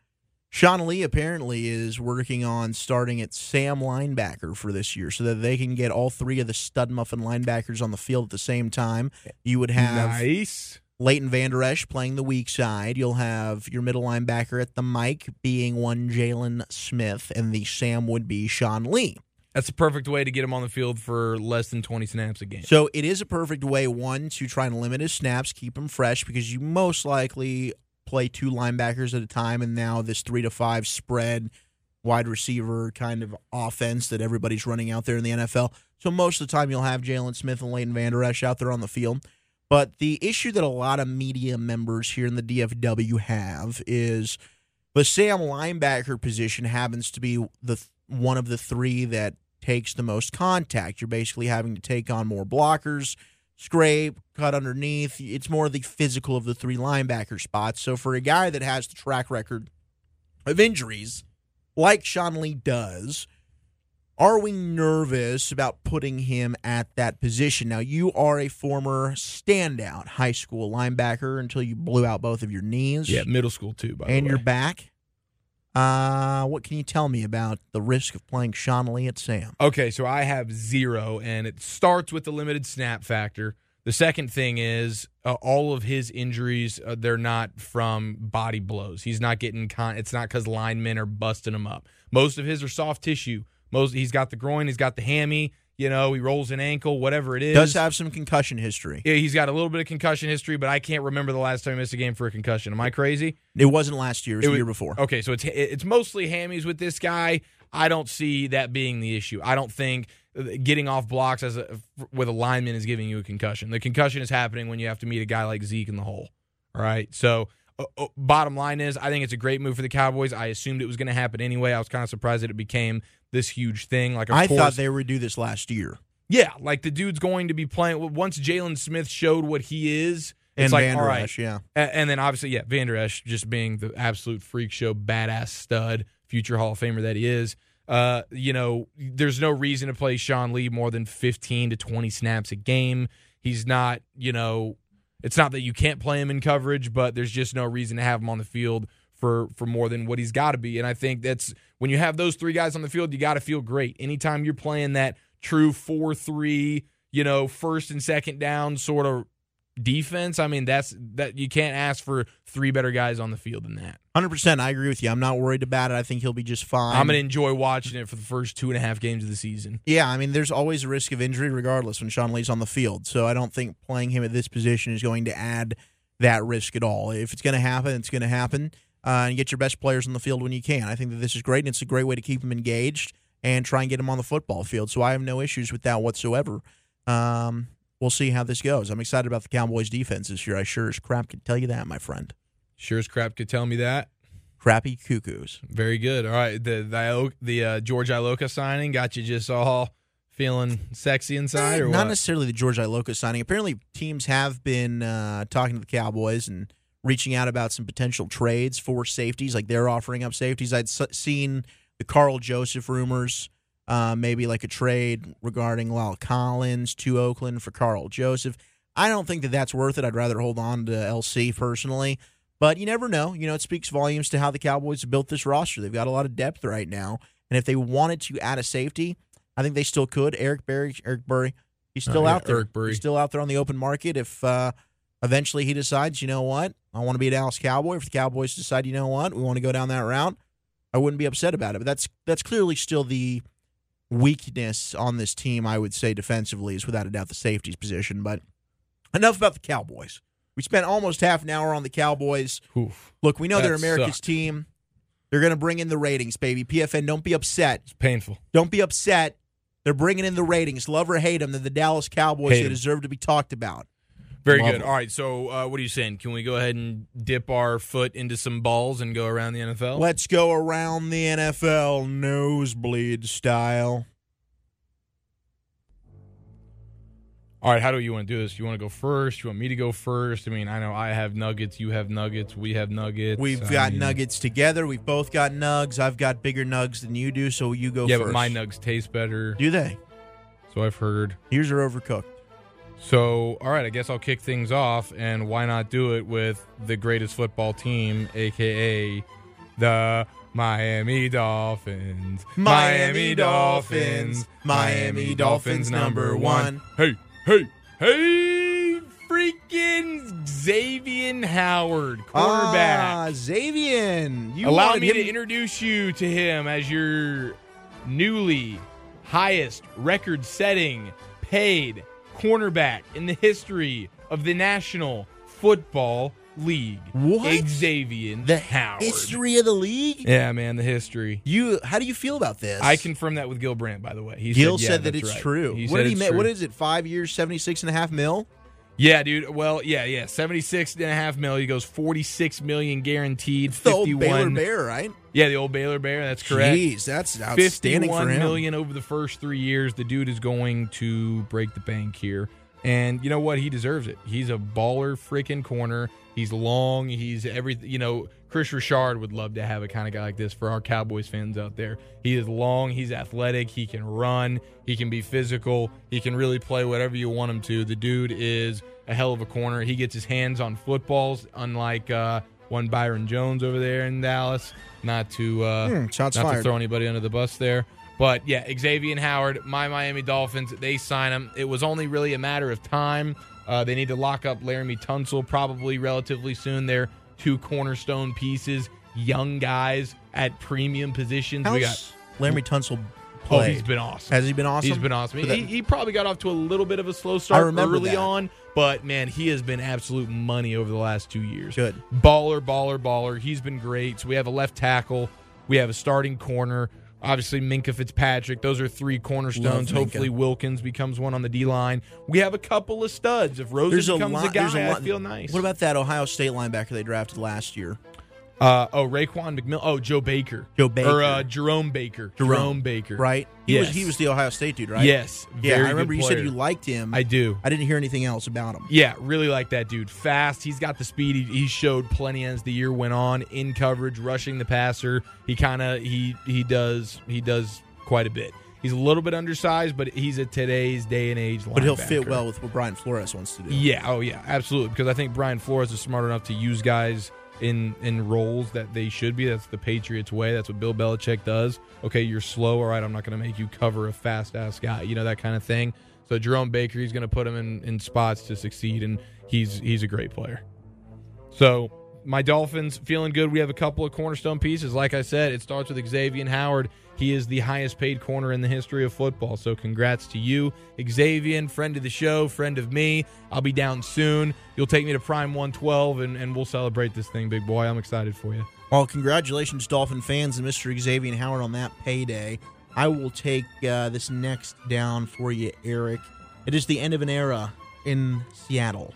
Sean Lee apparently is working on starting at Sam linebacker for this year so that they can get all three of the stud muffin linebackers on the field at the same time. You would have nice. Leighton Van Der Esch playing the weak side. You'll have your middle linebacker at the mic being one Jalen Smith, and the Sam would be Sean Lee. That's the perfect way to get him on the field for less than 20 snaps a game. So it is a perfect way, one, to try and limit his snaps, keep him fresh, because you most likely play two linebackers at a time, and now this three to five spread wide receiver kind of offense that everybody's running out there in the NFL. So most of the time you'll have Jalen Smith and Leighton Van Der Esch out there on the field. But the issue that a lot of media members here in the DFW have is the Sam linebacker position happens to be the th- one of the three that takes the most contact. You're basically having to take on more blockers, scrape, cut underneath. It's more the physical of the three linebacker spots. So for a guy that has the track record of injuries, like Sean Lee does, are we nervous about putting him at that position? Now, you are a former standout high school linebacker until you blew out both of your knees Yeah, middle school too. By and the way. you're back. Uh, what can you tell me about the risk of playing Sean Lee at Sam? Okay, so I have zero, and it starts with the limited snap factor. The second thing is uh, all of his injuries, uh, they're not from body blows. He's not getting con. It's not because linemen are busting him up. Most of his are soft tissue. Most he's got the groin, he's got the hammy. You know, he rolls an ankle, whatever it is. Does have some concussion history. Yeah, he's got a little bit of concussion history, but I can't remember the last time he missed a game for a concussion. Am I crazy? It wasn't last year; it was It the was- year before. Okay, so it's it's mostly hammies with this guy. I don't see that being the issue. I don't think getting off blocks as a, with a lineman is giving you a concussion. The concussion is happening when you have to meet a guy like Zeke in the hole. All right. So, uh, uh, bottom line is, I think it's a great move for the Cowboys. I assumed it was going to happen anyway. I was kind of surprised that it became this huge thing. Like, of I course, thought they would do this last year. yeah, like the dude's going to be playing. Once Jalen Smith showed what he is, And it's like Van Der all right. Esch, yeah. A- And then obviously, yeah, Vander Esch just being the absolute freak show, badass stud, future Hall of Famer that he is. Uh, you know, there's no reason to play Sean Lee more than 15 to 20 snaps a game. He's not, you know, it's not that you can't play him in coverage, but there's just no reason to have him on the field for for more than what he's got to be. And I think that's when you have those three guys on the field, you got to feel great. Anytime you're playing that true 4-3, you know, first and second down sort of defense, I mean, that's that you can't ask for three better guys on the field than that. Hundred percent, I agree with you. I'm not worried about it. I think he'll be just fine. I'm gonna enjoy watching it for the first two and a half games of the season. Yeah, I mean, there's always a risk of injury regardless when Sean Lee's on the field. So I don't think playing him at this position is going to add that risk at all. If it's going to happen, it's going to happen. Uh, and get your best players on the field when you can. I think that this is great, and it's a great way to keep them engaged and try and get them on the football field. So I have no issues with that whatsoever. Um, we'll see how this goes. I'm excited about the Cowboys' defense this year. I sure as crap can tell you that, my friend. Sure as crap could tell me that. Crappy cuckoos. Very good. All right, the the, Io- the uh, George Iloka signing got you just all feeling sexy inside, or Eh, not what? necessarily the George Iloka signing. Apparently, teams have been uh, talking to the Cowboys and reaching out about some potential trades for safeties. Like they're offering up safeties. I'd s- seen the Carl Joseph rumors, uh, maybe like a trade regarding Lyle Collins to Oakland for Carl Joseph. I don't think that that's worth it. I'd rather hold on to LC personally. But you never know. You know, it speaks volumes to how the Cowboys have built this roster. They've got a lot of depth right now. And if they wanted to add a safety, I think they still could. Eric Berry, Eric Burry, he's still Oh, yeah, out there. Eric Berry. He's still out there on the open market. If uh, eventually he decides, you know what, I want to be a Dallas Cowboy. If the Cowboys decide, you know what, we want to go down that route, I wouldn't be upset about it. But that's that's clearly still the weakness on this team. I would say defensively is without a doubt the safeties position. But enough about the Cowboys. We spent almost half an hour on the Cowboys. Oof, Look, we know That they're America's sucked. team. They're going to bring in the ratings, baby. PFN, don't be upset. it's painful. Don't be upset. They're bringing in the ratings. Love or hate them, they're the Dallas Cowboys. Hate they 'em. deserve to be talked about. Very Love good. it. All right, so uh, what are you saying? Can we go ahead and dip our foot into some balls and go around the NFL? Let's go around the NFL nosebleed style. All right, how do you want to do this? You want to go first? You want me to go first? I mean, I know I have nuggets, you have nuggets, we have nuggets. We've I got mean- nuggets together. We've both got nugs. I've got bigger nugs than you do, so you go Yeah, first. but my nugs taste better. Do they? So I've heard. Yours are overcooked. So, all right, I guess I'll kick things off, and why not do it with the greatest football team, aka the Miami Dolphins. Miami Dolphins. Miami Dolphins number one. Hey, hey, hey! Freaking Xavier Howard, Ah, quarterback. Xavian. You Allow wanted me him- to introduce you to him as your newly highest record setting paid cornerback in the history of the National Football League. What? Xavier the Howard. history of the league. Yeah, man, the history. You, how do you feel about this? I confirmed that with Gil Brandt, by the way. He Gil said, yeah, said that that's it's right. true. He what said did he it's make? true. What is it? Five years, seventy-six and a half mil. Yeah, dude. Well, yeah, yeah. 76 and a half mil. He goes 46 million guaranteed. It's the old 51 Baylor Bear, right? Yeah, the old Baylor Bear. That's correct. Jeez, that's outstanding Fifty-one for million him. over the first three years. The dude is going to break the bank here. And you know what? He deserves it. He's a baller freaking corner. He's long. He's everything. You know, Chris Richard would love to have a kind of guy like this for our Cowboys fans out there. He is long. He's athletic. He can run. He can be physical. He can really play whatever you want him to. The dude is a hell of a corner. He gets his hands on footballs, unlike uh, one Byron Jones over there in Dallas. Not to uh, Hmm, shots not to fired. throw anybody under the bus there. But yeah, Xavier Howard, my Miami Dolphins, they sign him. It was only really a matter of time. Uh, they need to lock up Laramie Tunsil probably relatively soon. They're two cornerstone pieces, young guys at premium positions. How's we got Laramie Tunsil oh, he's played? been awesome. Has he been awesome? He's been awesome. For that- He, he probably got off to a little bit of a slow start I remember early that. on, but man, he has been absolute money over the last two years. Good. Baller, baller, baller. He's been great. So we have a left tackle. We have a starting corner. Obviously, Minka Fitzpatrick. Those are three cornerstones. Love Minka. Hopefully, Wilkins becomes one on the D line. We have a couple of studs. If Rosen becomes a, guy, there's I lot- feel nice. What about that Ohio State linebacker they drafted last year? uh, oh Raquan McMill? Oh Joe Baker. Joe Baker. or uh, Jerome Baker. Jerome. Baker. Right? He was Yes. he was the Ohio State dude, right? Yes. Yeah, very I good remember you said player. you liked him. I do. I didn't hear anything else about him. Yeah, really like that dude. Fast. He's got the speed. He, he showed plenty as the year went on in coverage, rushing the passer. He kind of he he does he does quite a bit. He's a little bit undersized, but he's a today's day and age. But he'll fit linebacker. well with what Brian Flores wants to do. Yeah. Oh yeah. Absolutely. Because I think Brian Flores is smart enough to use guys in in roles that they should be. That's the Patriots way. That's what Bill Belichick does. Okay, you're slow. All right, I'm not going to make you cover a fast ass guy. You know that kind of thing. So Jerome Baker, he's going to put him in in spots to succeed, and he's he's a great player. So my Dolphins feeling good. We have a couple of cornerstone pieces. Like I said, it starts with Xavier Howard. He is the highest paid corner in the history of football. So congrats to you, Xavier, friend of the show, friend of me. I'll be down soon. You'll take me to Prime 112 and, and we'll celebrate this thing, big boy. I'm excited for you. Well, congratulations, Dolphin fans and Mr. Xavier Howard on that payday. I will take uh, this next down for you, Eric. It is the end of an era in Seattle.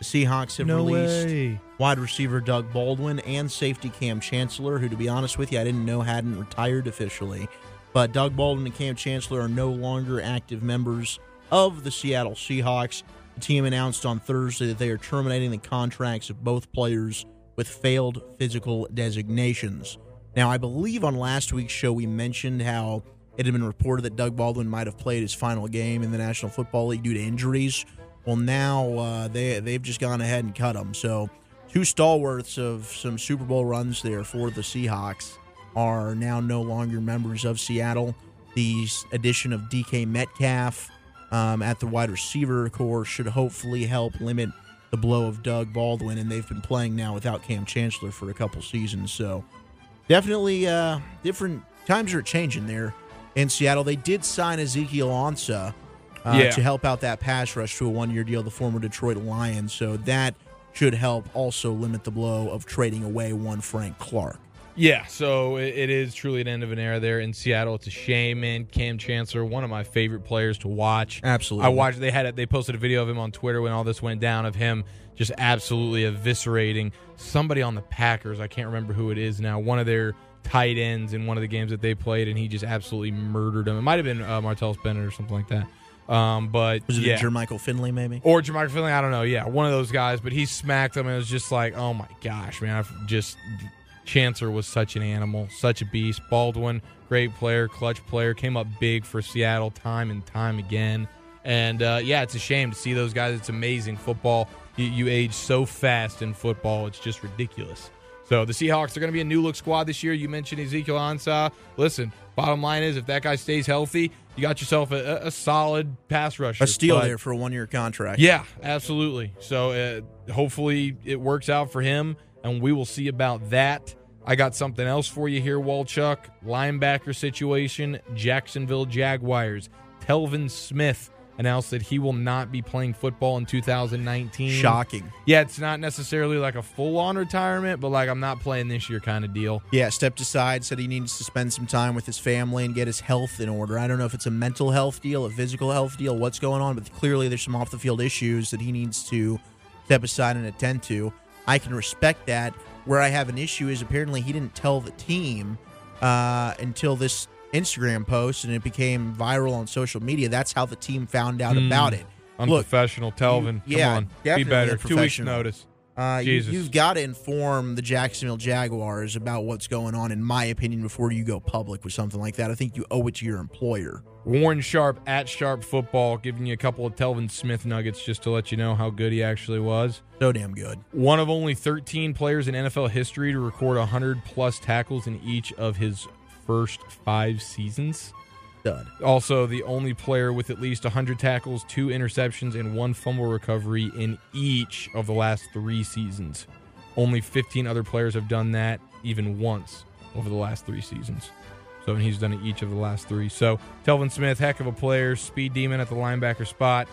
The Seahawks have released wide receiver Doug Baldwin and safety Cam Chancellor, who, to be honest with you, I didn't know hadn't retired officially. But Doug Baldwin and Cam Chancellor are no longer active members of the Seattle Seahawks. The team announced on Thursday that they are terminating the contracts of both players with failed physical designations. Now, I believe on last week's show we mentioned how it had been reported that Doug Baldwin might have played his final game in the National Football League due to injuries. Well, now uh, they they've just gone ahead and cut him. So two stalwarts of some Super Bowl runs there for the Seahawks are now no longer members of Seattle. The s- addition of DK Metcalf um, at the wide receiver core should hopefully help limit the blow of Doug Baldwin, and they've been playing now without Cam Chancellor for a couple seasons. So definitely uh, different times are changing there in Seattle. They did sign Ezekiel Ansa uh, Yeah. to help out that pass rush to a one-year deal, the former Detroit Lions. So that should help also limit the blow of trading away one Frank Clark. Yeah, so it, it is truly an end of an era there in Seattle. It's a shame, man. Cam Chancellor, one of my favorite players to watch. Absolutely, I watched. They had it. They posted a video of him on Twitter when all this went down of him just absolutely eviscerating somebody on the Packers. I can't remember who it is now. One of their tight ends in one of the games that they played, and he just absolutely murdered him. It might have been uh, Martellus Bennett or something like that. Um, but Was it yeah. a Jermichael Finley, maybe? or Jermichael Finley, I don't know. Yeah, one of those guys. But he smacked him, and it was just like, oh my gosh, man! I've just Chancer was such an animal, such a beast. Baldwin, great player, clutch player, came up big for Seattle time and time again. And uh, yeah, it's a shame to see those guys. It's amazing football. You, you age so fast in football; it's just ridiculous. So the Seahawks are going to be a new look squad this year. You mentioned Ezekiel Ansah. Listen, bottom line is if that guy stays healthy, you got yourself a, a- a solid pass rusher. A steal But- there for a one year contract. yeah, absolutely. So uh, hopefully it works out for him, and we will see about that. I got something else for you here, Walchuk. Linebacker situation, Jacksonville Jaguars. Telvin Smith announced that he will not be playing football in 2019. Shocking. Yeah, it's not necessarily like a full on retirement, but like I'm not playing this year kind of deal. Yeah, stepped aside, said he needs to spend some time with his family and get his health in order. I don't know if it's a mental health deal, a physical health deal, what's going on, but clearly there's some off the field issues that he needs to step aside and attend to. I can respect that. Where I have an issue is apparently he didn't tell the team uh, until this Instagram post and it became viral on social media. That's how the team found out Hmm. about it. Look, Unprofessional, Telvin. you- yeah, come on, be definitely better. Two weeks unprofessional. notice. Uh, you, Jesus. you've got to inform the Jacksonville Jaguars about what's going on, in my opinion, before you go public with something like that. I think you owe it to your employer. Warren Sharp at Sharp Football giving you a couple of Telvin Smith nuggets just to let you know how good he actually was. So damn good. One of only 13 players in NFL history to record 100 plus tackles in each of his first five seasons. Dud. Also, the only player with at least 100 tackles, two interceptions, and one fumble recovery in each of the last three seasons. Only 15 other players have done that even once over the last three seasons. So, and he's done it each of the last three. So, Telvin Smith, heck of a player, speed demon at the linebacker spot.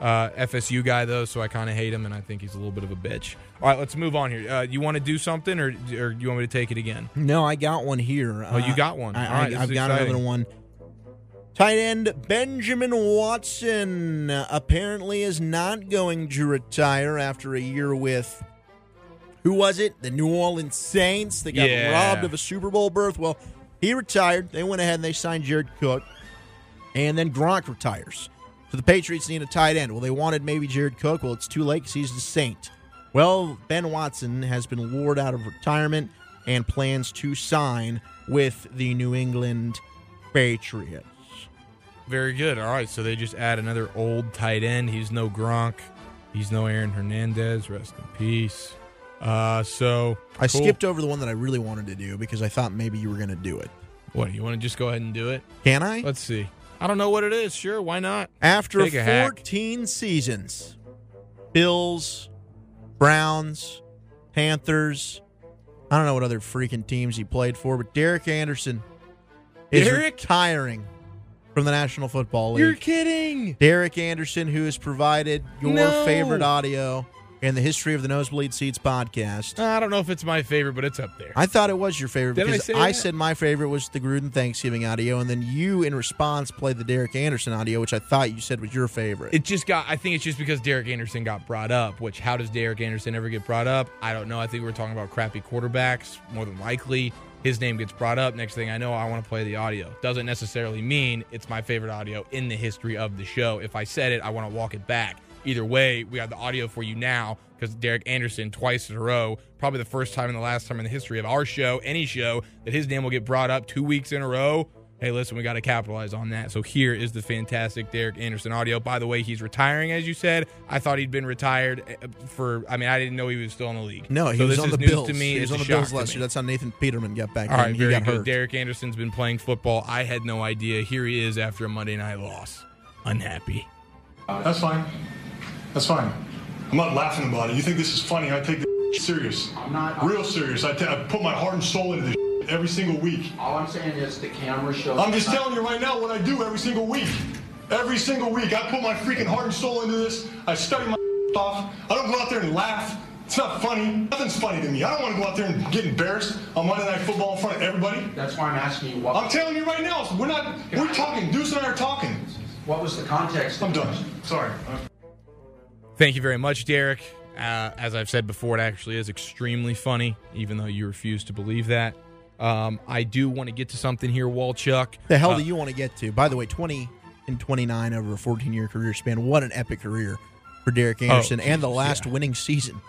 Uh, FSU guy, though, so I kind of hate him, and I think he's a little bit of a bitch. All right, let's move on here. Uh, you want to do something, or, or you want me to take it again? No, I got one here. Uh, Oh, you got one. I, All right, this have is got exciting. another one. Tight end Benjamin Watson apparently is not going to retire after a year with who was it? The New Orleans Saints that got Yeah. robbed of a Super Bowl berth. Well, he retired. They went ahead and they signed Jared Cook, and then Gronk retires. So the Patriots need a tight end. Well, they wanted maybe Jared Cook. Well, it's too late because he's the Saint. Well, Ben Watson has been lured out of retirement and plans to sign with the New England Patriots. Very good. All right, so they just add another old tight end. He's no Gronk. He's no Aaron Hernandez. Rest in peace. Uh, so I cool. skipped over the one that I really wanted to do because I thought maybe you were going to do it. What you want to just go ahead and do it? Can I? Let's see. I don't know what it is. Sure, why not? After Take a hack. 14 seasons, Bills, Browns, Panthers, I don't know what other freaking teams he played for, but Derek Anderson is Derek? retiring from the National Football League. You're kidding. Derek Anderson, who has provided your No. favorite audio in the history of the Nosebleed Seats podcast. I don't know if it's my favorite, but it's up there. I thought it was your favorite Uh, Did I because say that? said my favorite was the Gruden Thanksgiving audio, and then you, in response, played the Derek Anderson audio, which I thought you said was your favorite. It just got. I think it's just because Derek Anderson got brought up. Which how does Derek Anderson ever get brought up? I don't know. I think we're talking about crappy quarterbacks more than likely. His name gets brought up. Next thing I know, I want to play the audio. Doesn't necessarily mean it's my favorite audio in the history of the show. If I said it, I want to walk it back. Either way, we have the audio for you now because Derek Anderson twice in a row, probably the first time and the last time in the history of our show, any show, that his name will get brought up two weeks in a row. Hey, listen, we got to capitalize on that. So here is the fantastic Derek Anderson audio. By the way, he's retiring, as you said. I thought he'd been retired uh, for. I mean, I didn't know he was still in the league. No, he so was this on is the news Bills. to me. He was It's on a the shock Bills to last me. year. That's how Nathan Peterman got back. All in. right, he very got good. hurt. Derek Anderson's been playing football. I had no idea. Here he is after a Monday night loss. Unhappy. That's fine. That's fine. I'm not laughing about it. You think this is funny? I take this serious. I'm not- Real serious. I ta- I put my heart and soul into this every single week. All I'm saying is the camera shows. I'm just telling you right now what I do every single week. Every single week. I put my freaking heart and soul into this. I study my off. I don't go out there and laugh. It's not funny. Nothing's funny to me. I don't want to go out there and get embarrassed on Monday Night Football in front of everybody. That's why I'm asking you what. I'm telling you right now, we're not, we're talking. Deuce and I are talking. what was the context? I'm done. Sorry. Thank you very much, Derek. Uh, as I've said before, it actually is extremely funny, even though you refuse to believe that. Um, I do want to get to something here, Walchuk. The hell Uh, do you want to get to? By the way, 20 and 29 over a 14 year career span. What an epic career for Derek Anderson and the geez, last Oh, yeah. winning season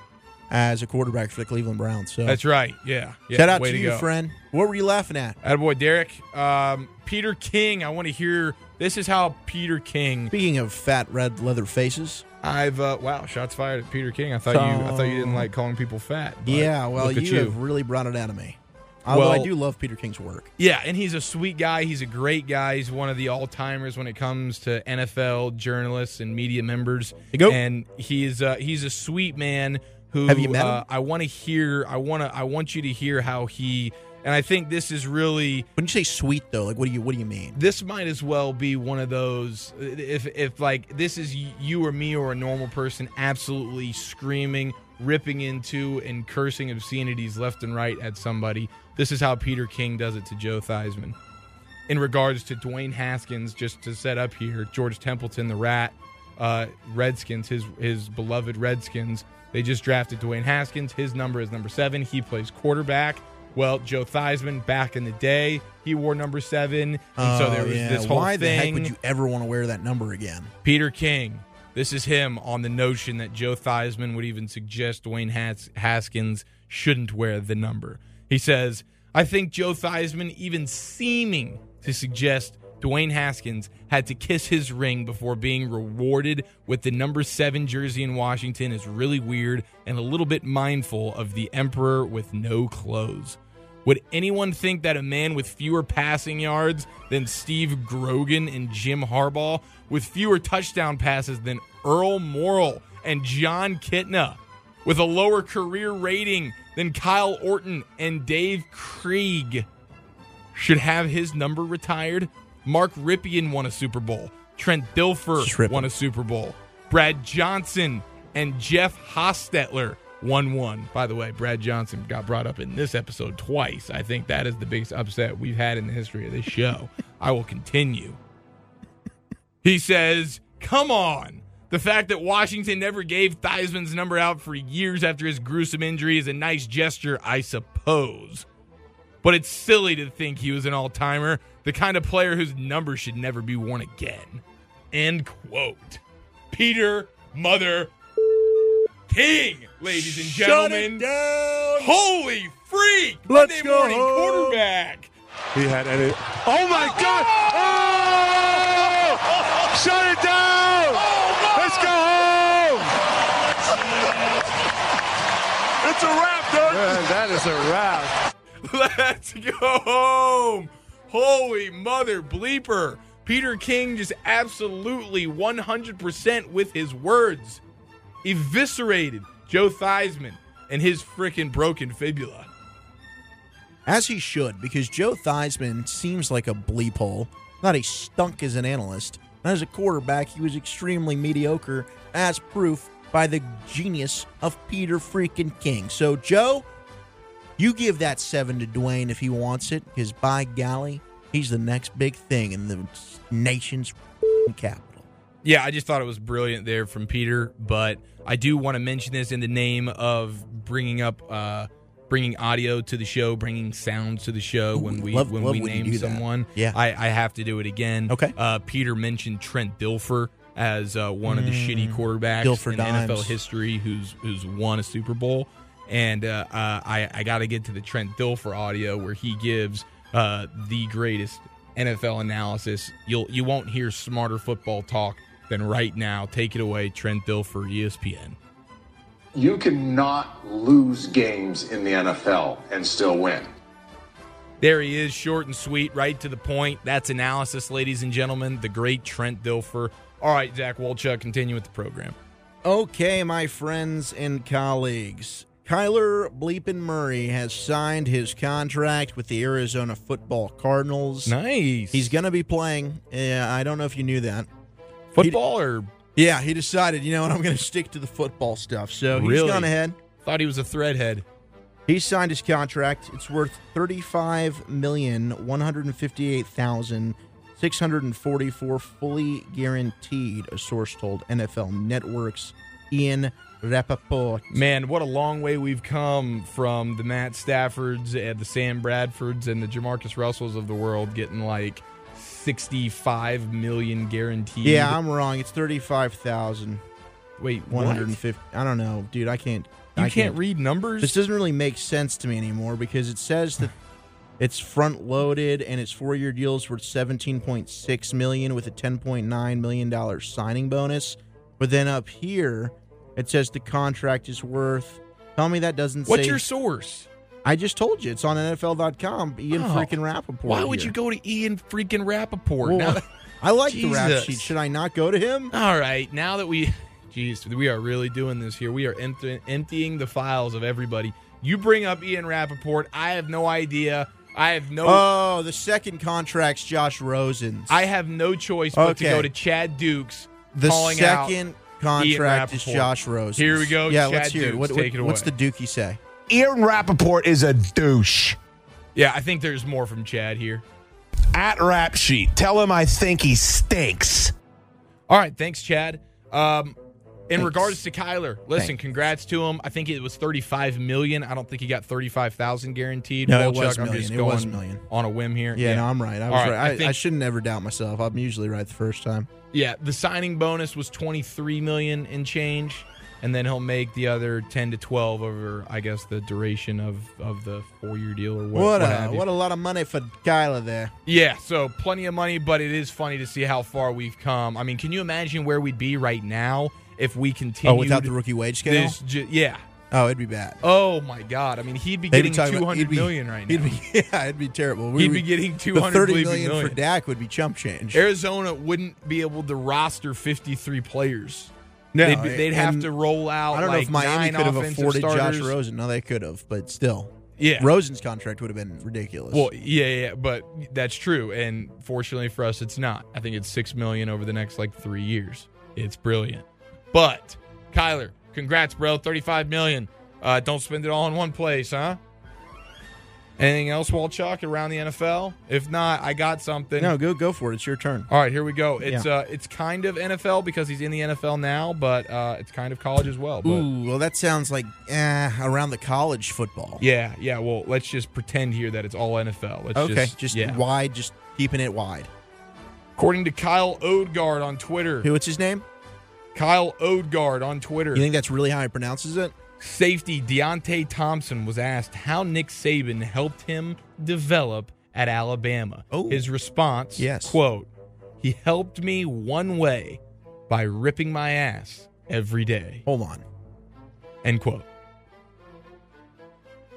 as a quarterback for the Cleveland Browns. So That's right. Yeah. yeah shout out way to you, go. friend. What were you laughing at? Attaboy, Derek. Um, Peter King, I want to hear. This is how Peter King. Speaking of fat red leather faces, I've uh, wow, shots fired at Peter King. I thought you, I thought you didn't like calling people fat. but yeah, well, look you, at have really brought it out of me. Although I Well- do love Peter King's work. Yeah, and he's a sweet guy. He's a great guy. He's one of the all timers when it comes to NFL journalists and media members. You go. And he is uh, he's a sweet man who Have you met uh, him? I want to hear. I want to. I want you to hear how he. And I think this is really When you say sweet though, like what do you what do you mean? this might as well be one of those if if like this is you or me or a normal person absolutely screaming ripping into and cursing obscenities left and right at somebody this is how peter king does it to joe theismann in regards to dwayne haskins just to set up here george templeton the rat uh, redskins his his beloved redskins they just drafted dwayne haskins his number is number seven he plays quarterback well, Joe Theismann, back in the day, he wore number seven, and so there Oh, was yeah. this whole Why thing. the heck would you ever want to wear that number again? Peter King. This is him on the notion that Joe Theismann would even suggest Dwayne Has- Haskins shouldn't wear the number. He says, I think Joe Theismann even seeming to suggest Dwayne Haskins had to kiss his ring before being rewarded with the number seven jersey in Washington is really weird and a little bit mindful of the emperor with no clothes. Would anyone think that a man with fewer passing yards than Steve Grogan and Jim Harbaugh, with fewer touchdown passes than Earl Morrill and John Kitna, with a lower career rating than Kyle Orton and Dave Krieg, should have his number retired? Mark Ripien won a Super Bowl. Trent Just Dilfer rip won him. a Super Bowl. Brad Johnson and Jeff Hostetler won one. By the way, Brad Johnson got brought up in this episode twice. I think that is the biggest upset we've had in the history of this show. I will continue. He says, Come on. The fact that Washington never gave Theismann's number out for years after his gruesome injury is a nice gesture, I suppose. But it's silly to think he was an all timer, the kind of player whose number should never be worn again. End quote. Peter Mother King, ladies and Shut gentlemen. it down. Holy freak! Let's Monday go morning home. quarterback. He had any. Oh my God! Oh! Shut it down! Let's go home! It's a wrap, dude. that is a wrap. Let's go home. Holy mother bleeper. Peter King just absolutely 100% with his words eviscerated Joe Theismann and his frickin' broken fibula. As he should, because Joe Theismann seems like a bleep hole. Not a stunk as an analyst. And as a quarterback, he was extremely mediocre, as proof by the genius of Peter freaking King. So, Joe, you give that seven to Dwayne if he wants it, because by golly, he's the next big thing in the nation's f***ing capital. Yeah, I just thought it was brilliant there from Peter, but I do want to mention this in the name of bringing up uh bringing audio to the show, bringing sounds to the show Ooh, when we love- when love we when you name do that. someone. Yeah. I I have to do it again. Okay. Uh Peter mentioned Trent Dilfer as uh, one of the Mm. shitty quarterbacks Dilfer in dimes. NFL history who's who's won a Super Bowl. And uh, uh, I I got to get to the Trent Dilfer audio where he gives uh, the greatest NFL analysis. You'll you won't hear smarter football talk than right now. Take it away, Trent Dilfer, E ESPN. You cannot lose games in the NFL and still win. There he is, short and sweet, right to the point. That's analysis, ladies and gentlemen. The great Trent Dilfer. All right, Zach Wolchuk, continue with the program. Okay, my friends and colleagues. Kyler Bleepin Murray has signed his contract with the Arizona Football Cardinals. Nice. He's going to be playing. Yeah, I don't know if you knew that. football or Yeah, he decided, you know what, I'm going to stick to the football stuff. So he's Really? gone ahead. thought he was a threadhead. He signed his contract. It's worth thirty-five million one hundred fifty-eight thousand six hundred forty-four, fully guaranteed. A source told NFL Network's Ian Rappaport. Man, what a long way we've come from the Matt Staffords and the Sam Bradfords and the Jamarcus Russells of the world getting like 65 million guaranteed. Yeah, I'm wrong. It's thirty-five thousand Wait, one hundred and what? fifty. I don't know, dude. I can't. You I can't, read numbers? This doesn't really make sense to me anymore because it says that it's front loaded and its four year deals worth seventeen point six million with a ten point nine million dollar signing bonus. But then up here it says the contract is worth tell me that doesn't What's say your source? I just told you it's on NFL.com, Ian Oh. freaking Rappaport. Why would here. you go to Ian freaking Rappaport? Well, now, I like the rap Jesus. sheet. Should I not go to him? all right, now that we, jeez, we are really doing this here. We are empty, emptying the files of everybody. You bring up Ian Rappaport. I have no idea. I have no. Oh, the second contract's Josh Rosen's. I have no choice but to Okay. go to Chad Dukes. the calling out second contract is Rappaport. Josh Rosen's. Here we go, Yeah, Chad let's hear it. Dukes, What, what- take it What's away. the Dookie say? Aaron Rappaport is a douche. Yeah, I think there's more from Chad here. At Rap Sheet, tell him I think he stinks. All right, thanks, Chad. Um, in Thanks. regards to Kyler, listen, Thanks. congrats to him. I think it was 35 million. I don't think he got 35,000 guaranteed. No, Well, it was Chuck, I'm just million. It was going million. on a whim here. Yeah, no, I'm right. I All was right, right. I I, I, think- should never doubt myself. I'm usually right the first time. Yeah, the signing bonus was 23 million in change, and then he'll make the other 10 to 12 over, I guess, the duration of of the four year deal or what. What, what a have you. what a lot of money for Kyler there. Yeah, so plenty of money, but it is funny to see how far we've come. I mean, can you imagine where we'd be right now if we Oh, continued? without the rookie wage scale. this, ju- yeah. oh, it'd be bad. Oh my God! I mean, he'd be They'd be getting talking two about- he'd hundred be- million right now. It'd be, yeah, it'd be terrible. We He'd would- be getting two the hundred thirty million for million. Dak would be chump change. Arizona wouldn't be able to roster fifty-three players. No, they'd, be- they'd have and to roll out. I don't know like, if Miami nine could have offensive afforded starters. Josh Rosen. No, they could have, but still, Yeah, Rosen's contract would have been ridiculous. Well, yeah, yeah, yeah, but that's true, and fortunately for us, it's not. I think it's six million over the next like three years. It's brilliant. But Kyler, congrats, bro, thirty-five million. Uh, don't spend it all in one place, huh? Anything else, Walchuk, around the NFL? If not, I got something. no, go go for it. It's your turn. All right, here we go. It's uh, it's kind of NFL because he's in the NFL now, but uh, it's kind of college as well. But Ooh, well, that sounds like eh, around the college football. yeah, yeah. Well, let's just pretend here that it's all NFL. Let's okay, just, just, yeah. wide, just keeping it wide. According to Kyle Odegard on Twitter, Who? What's his name? Kyle Odegard on Twitter. You think that's really how he pronounces it? Safety Deontay Thompson was asked how Nick Saban helped him develop at Alabama. Oh. His response, Yes. quote, he helped me one way by ripping my ass every day, Hold on. end quote.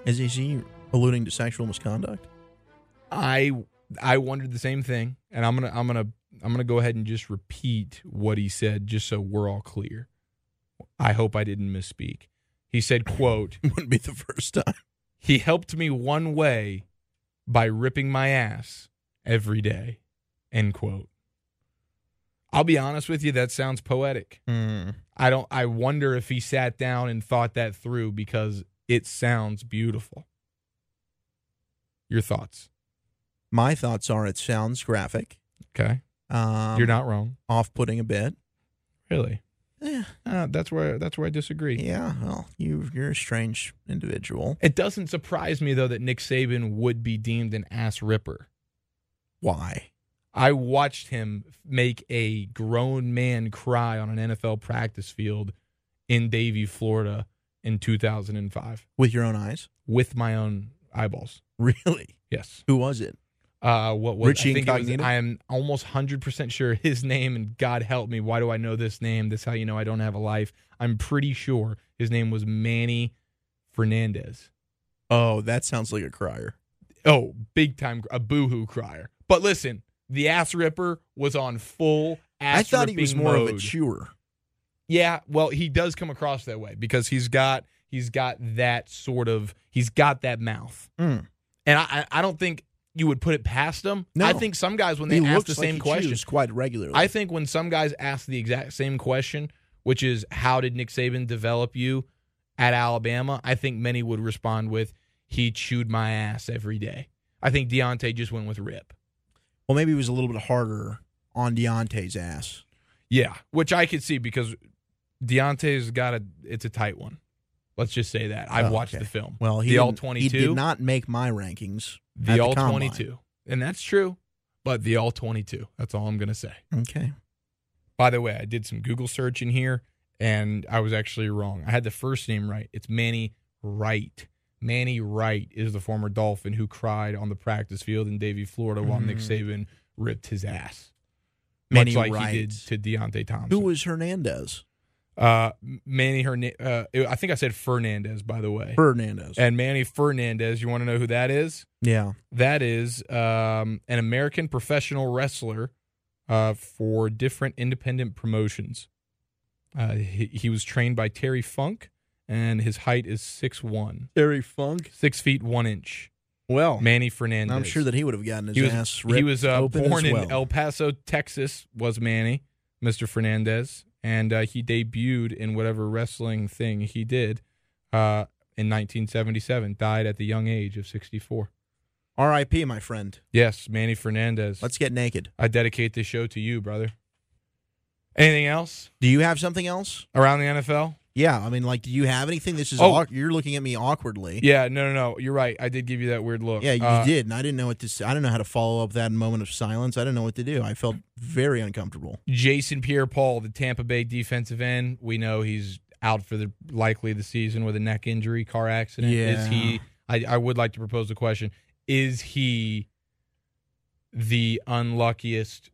Is, is he alluding to sexual misconduct? I I wondered the same thing, and I'm gonna I'm gonna I'm gonna go ahead and just repeat what he said, just so we're all clear. I hope I didn't misspeak. He said, "quote Wouldn't be the first time. He helped me one way by ripping my ass every day. End quote. I'll be honest with you, that sounds poetic. Hmm. I don't I wonder if he sat down and thought that through because it sounds beautiful. Your thoughts. My thoughts are it sounds graphic. Okay. Um, You're not wrong. off-putting a bit. Really? Yeah, Uh, that's where that's where I disagree. yeah. Well, you you're a strange individual. It doesn't surprise me though that Nick Saban would be deemed an ass ripper. Why? I watched him make a grown man cry on an NFL practice field in Davie, Florida in 2005 With your own eyes? with my own eyeballs. Really? Yes. Who was it? Uh, what was Richie I think it was- Incognito? I am almost 100% sure his name, and God help me, why do I know this name? That's how you know I don't have a life. I'm pretty sure his name was Manny Fernandez. Oh, that sounds like a crier. Oh, big time, a boohoo crier. But listen, the ass ripper was on full ass I thought he was ripping more of a mode. chewer. Yeah, well, he does come across that way because he's got he's got that sort of he's got that mouth, Mm. and I I I don't think you would put it past him. No. I think some guys when they he ask looks the like same he question, chews quite regularly. I think when some guys ask the exact same question, which is how did Nick Saban develop you at Alabama, I think many would respond with he chewed my ass every day. I think Deontay just went with rip. well, maybe he was a little bit harder on Deontay's ass. Yeah, which I could see because Deontay's got a it's a tight one. Let's just say that I've Oh, watched okay. the film. Well, he the all didn't- He twenty did two, not make my rankings. at the all combine. twenty two, and that's true. but the all 22. That's all I'm going to say. Okay. By the way, I did some Google search in here and I was actually wrong. I had the first name right. It's Manny Wright. Manny Wright is the former Dolphin who cried on the practice field in Davie, Florida while Nick Saban ripped his ass. Mm. Manny much like he Wright. did to Deontay Thompson. Who was Hernandez? uh, Manny Hernandez? Uh, I think I said Fernandez, by the way. Hernandez. and Manny Fernandez, you want to know who that is? yeah. That is um, an American professional wrestler uh, for different independent promotions. Uh, he, he was trained by Terry Funk, and his height is 6'1, Terry Funk. 6 feet 1 inch. Well, Manny Fernandez. Oh. I'm sure that he would have gotten his he was, ass he ripped. was uh, open born as in well. El Paso, Texas, was Manny, Mr. Fernandez, and uh, he debuted in whatever wrestling thing he did uh, in 1977, died at the young age of 64. R.I.P. My friend. Yes, Manny Fernandez. Let's get naked. I dedicate this show to you, brother. Anything else Do you have something else? around the NFL? Yeah, I mean, like, do you have anything? This is Oh. awk- you're looking at me awkwardly. Yeah, no, no, no. You're right. I did give you that weird look. Yeah, you Uh, did, and I didn't know what to. Say. I don't know how to follow up that moment of silence. I didn't know what to do. I felt very uncomfortable. Jason Pierre-Paul, the Tampa Bay defensive end. We know he's out for the likely the season with a neck injury, car accident. Is Yeah. he? I, I would like to propose the question: Is he the unluckiest,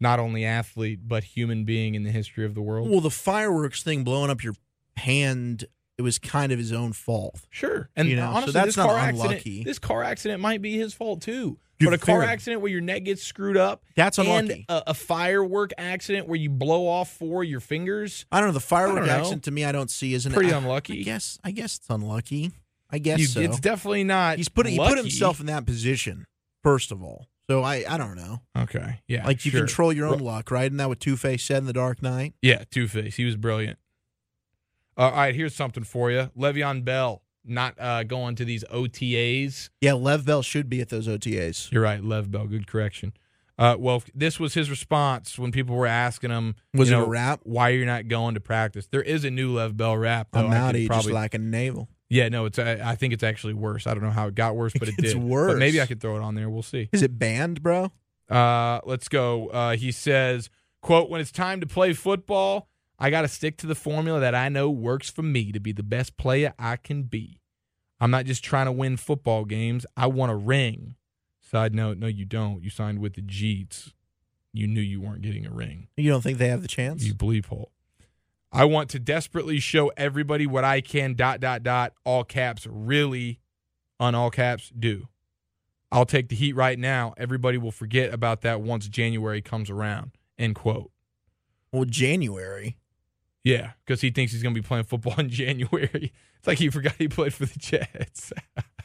not only athlete but human being in the history of the world? Well, the fireworks thing blowing up your hand, it was kind of his own fault. Sure, and You know, so honestly, that's this not car unlucky. accident, this car accident might be his fault too. You're but a car fair. accident where your neck gets screwed up, That's and unlucky. a, a firework accident where you blow off four of your fingers. I don't know. The I firework don't know. accident to me, I don't see as an Pretty I- unlucky. I guess. I guess it's unlucky. I guess you, so. It's definitely not. He's put he lucky. put himself in that position first of all. So I I don't know. Okay, yeah, Like you sure. control your own Ru- luck, right? And that what Two Face said in The Dark Knight. Yeah, Two Face. He was brilliant. Uh, all right, here's something for you, Le'Veon Bell. Not uh, going to these OTAs. Yeah, Lev Bell should be at those OTAs. You're right, Lev Bell. Good correction. Uh, well, this was his response when people were asking him, Was you it a know, rap? Why you're not going to practice? There is a new Lev Bell rap. Though. I'm oh, I out could of just probably- like a navel. yeah, no, it's. I, I think it's actually worse. I don't know how it got worse, but it It's did. worse. But maybe I could throw it on there. We'll see. Is it banned, bro? Uh, let's go. Uh, he says, "quote When it's time to play football, I got to stick to the formula that I know works for me to be the best player I can be. I'm not just trying to win football games. I want a ring." Side note: No, you don't. You signed with the Jeets. You knew you weren't getting a ring. You don't think they have the chance? You bleep hole. I want to desperately show everybody what I can. Dot dot dot. All caps. Really, on all caps. Do. I'll take the heat right now. Everybody will forget about that once January comes around. End quote. well, January. Yeah, because he thinks he's going to be playing football in January. It's like he forgot he played for the Jets.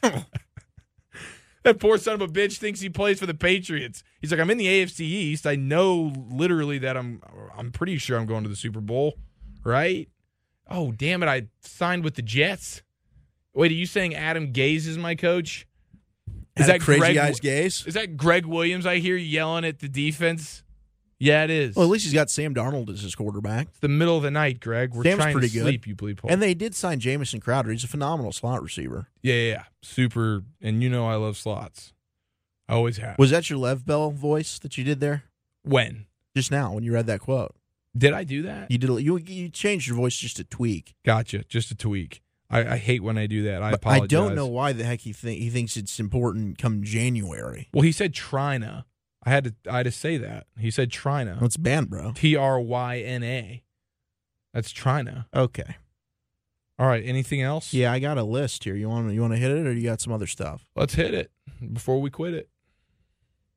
that poor son of a bitch thinks he plays for the Patriots. He's like, I'm in the AFC East. I know literally that I'm. I'm pretty sure I'm going to the Super Bowl, right? Oh damn it! I signed with the Jets. Wait, are you saying Adam Gaze is my coach? Is Had a that crazy Greg- eyes gaze? Is that Greg Williams? I hear yelling at the defense. Yeah, it is. Well, at least he's got Sam Darnold as his quarterback. it's the middle of the night, Greg. We're Sam's trying pretty to good. sleep. You bleep hole. And they did sign Jamison Crowder. He's a phenomenal slot receiver. Yeah, yeah, yeah. Super. And you know I love slots. I always have. Was that your Lev Bell voice that you did there when? just now when you read that quote? Did I do that? You did. a- You you changed your voice just a tweak. Gotcha. Just a tweak. I, I hate when I do that. I But apologize. I don't know why the heck he think he thinks it's important come January. Well, he said Trina. I had to. I had to say that. He said Trina. That's banned, bro. T R Y N A. That's Trina. Okay. All right. Anything else? Yeah, I got a list here. You want you want to hit it, or you got some other stuff? Let's hit it before we quit it.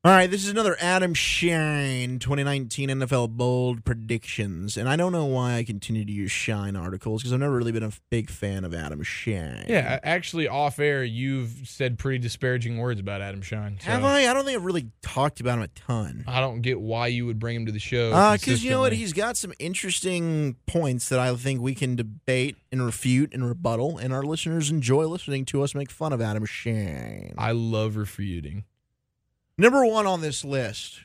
All right, this is another Adam Shine 2019 NFL bold predictions, and I don't know why I continue to use Shine articles because I've never really been a big fan of Adam Shine. Yeah. Actually, off air, you've said pretty disparaging words about Adam Shine. so Have I? I don't think I've really talked about him a ton. I don't get why you would bring him to the show. Because Uh, you know what, consistently. he's got some interesting points that I think we can debate and refute and rebuttal, and our listeners enjoy listening to us make fun of Adam Shane. I love refuting. Number one on this list.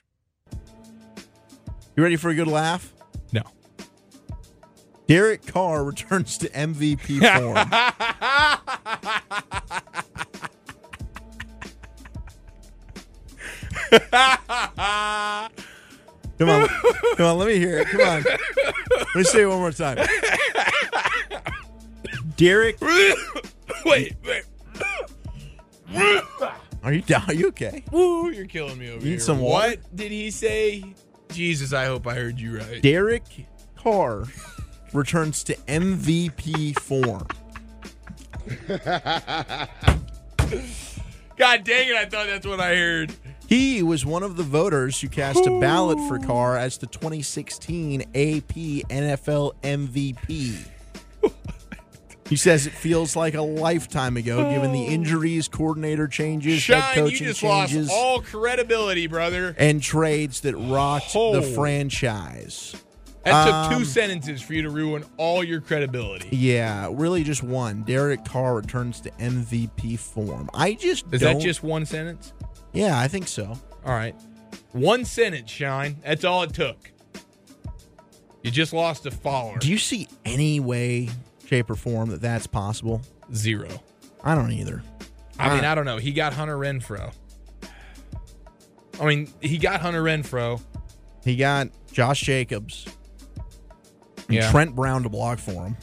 You ready for a good laugh? No. Derek Carr returns to MVP form. Come on, come on. Let me hear it. Come on. Let me say it one more time. Derek, wait, wait. are you down? Are you okay? Woo, you're killing me over You need here. some what water? did he say? Jesus, I hope I heard you right. Derek Carr returns to MVP form. God dang it, I thought that's what I heard. He was one of the voters who cast a ballot for Carr as the 2016 AP NFL MVP. He says it feels like a lifetime ago, given the injuries, coordinator changes, head Oh. Shine, you coaching just changes, lost all credibility, brother. and trades that rocked the Holy. franchise. That took Um, two sentences for you to ruin all your credibility. Yeah, really just one. Derek Carr returns to MVP form. I just Is don't, that just one sentence? yeah, I think so. All right. One sentence, Shine. That's all it took. You just lost a follower. Do you see any way, shape, or form that that's possible? Zero. I don't either. I mean, I don't know. He got Hunter Renfro. I mean, he got Hunter Renfro. He got Josh Jacobs and Yeah. Trent Brown to block for him,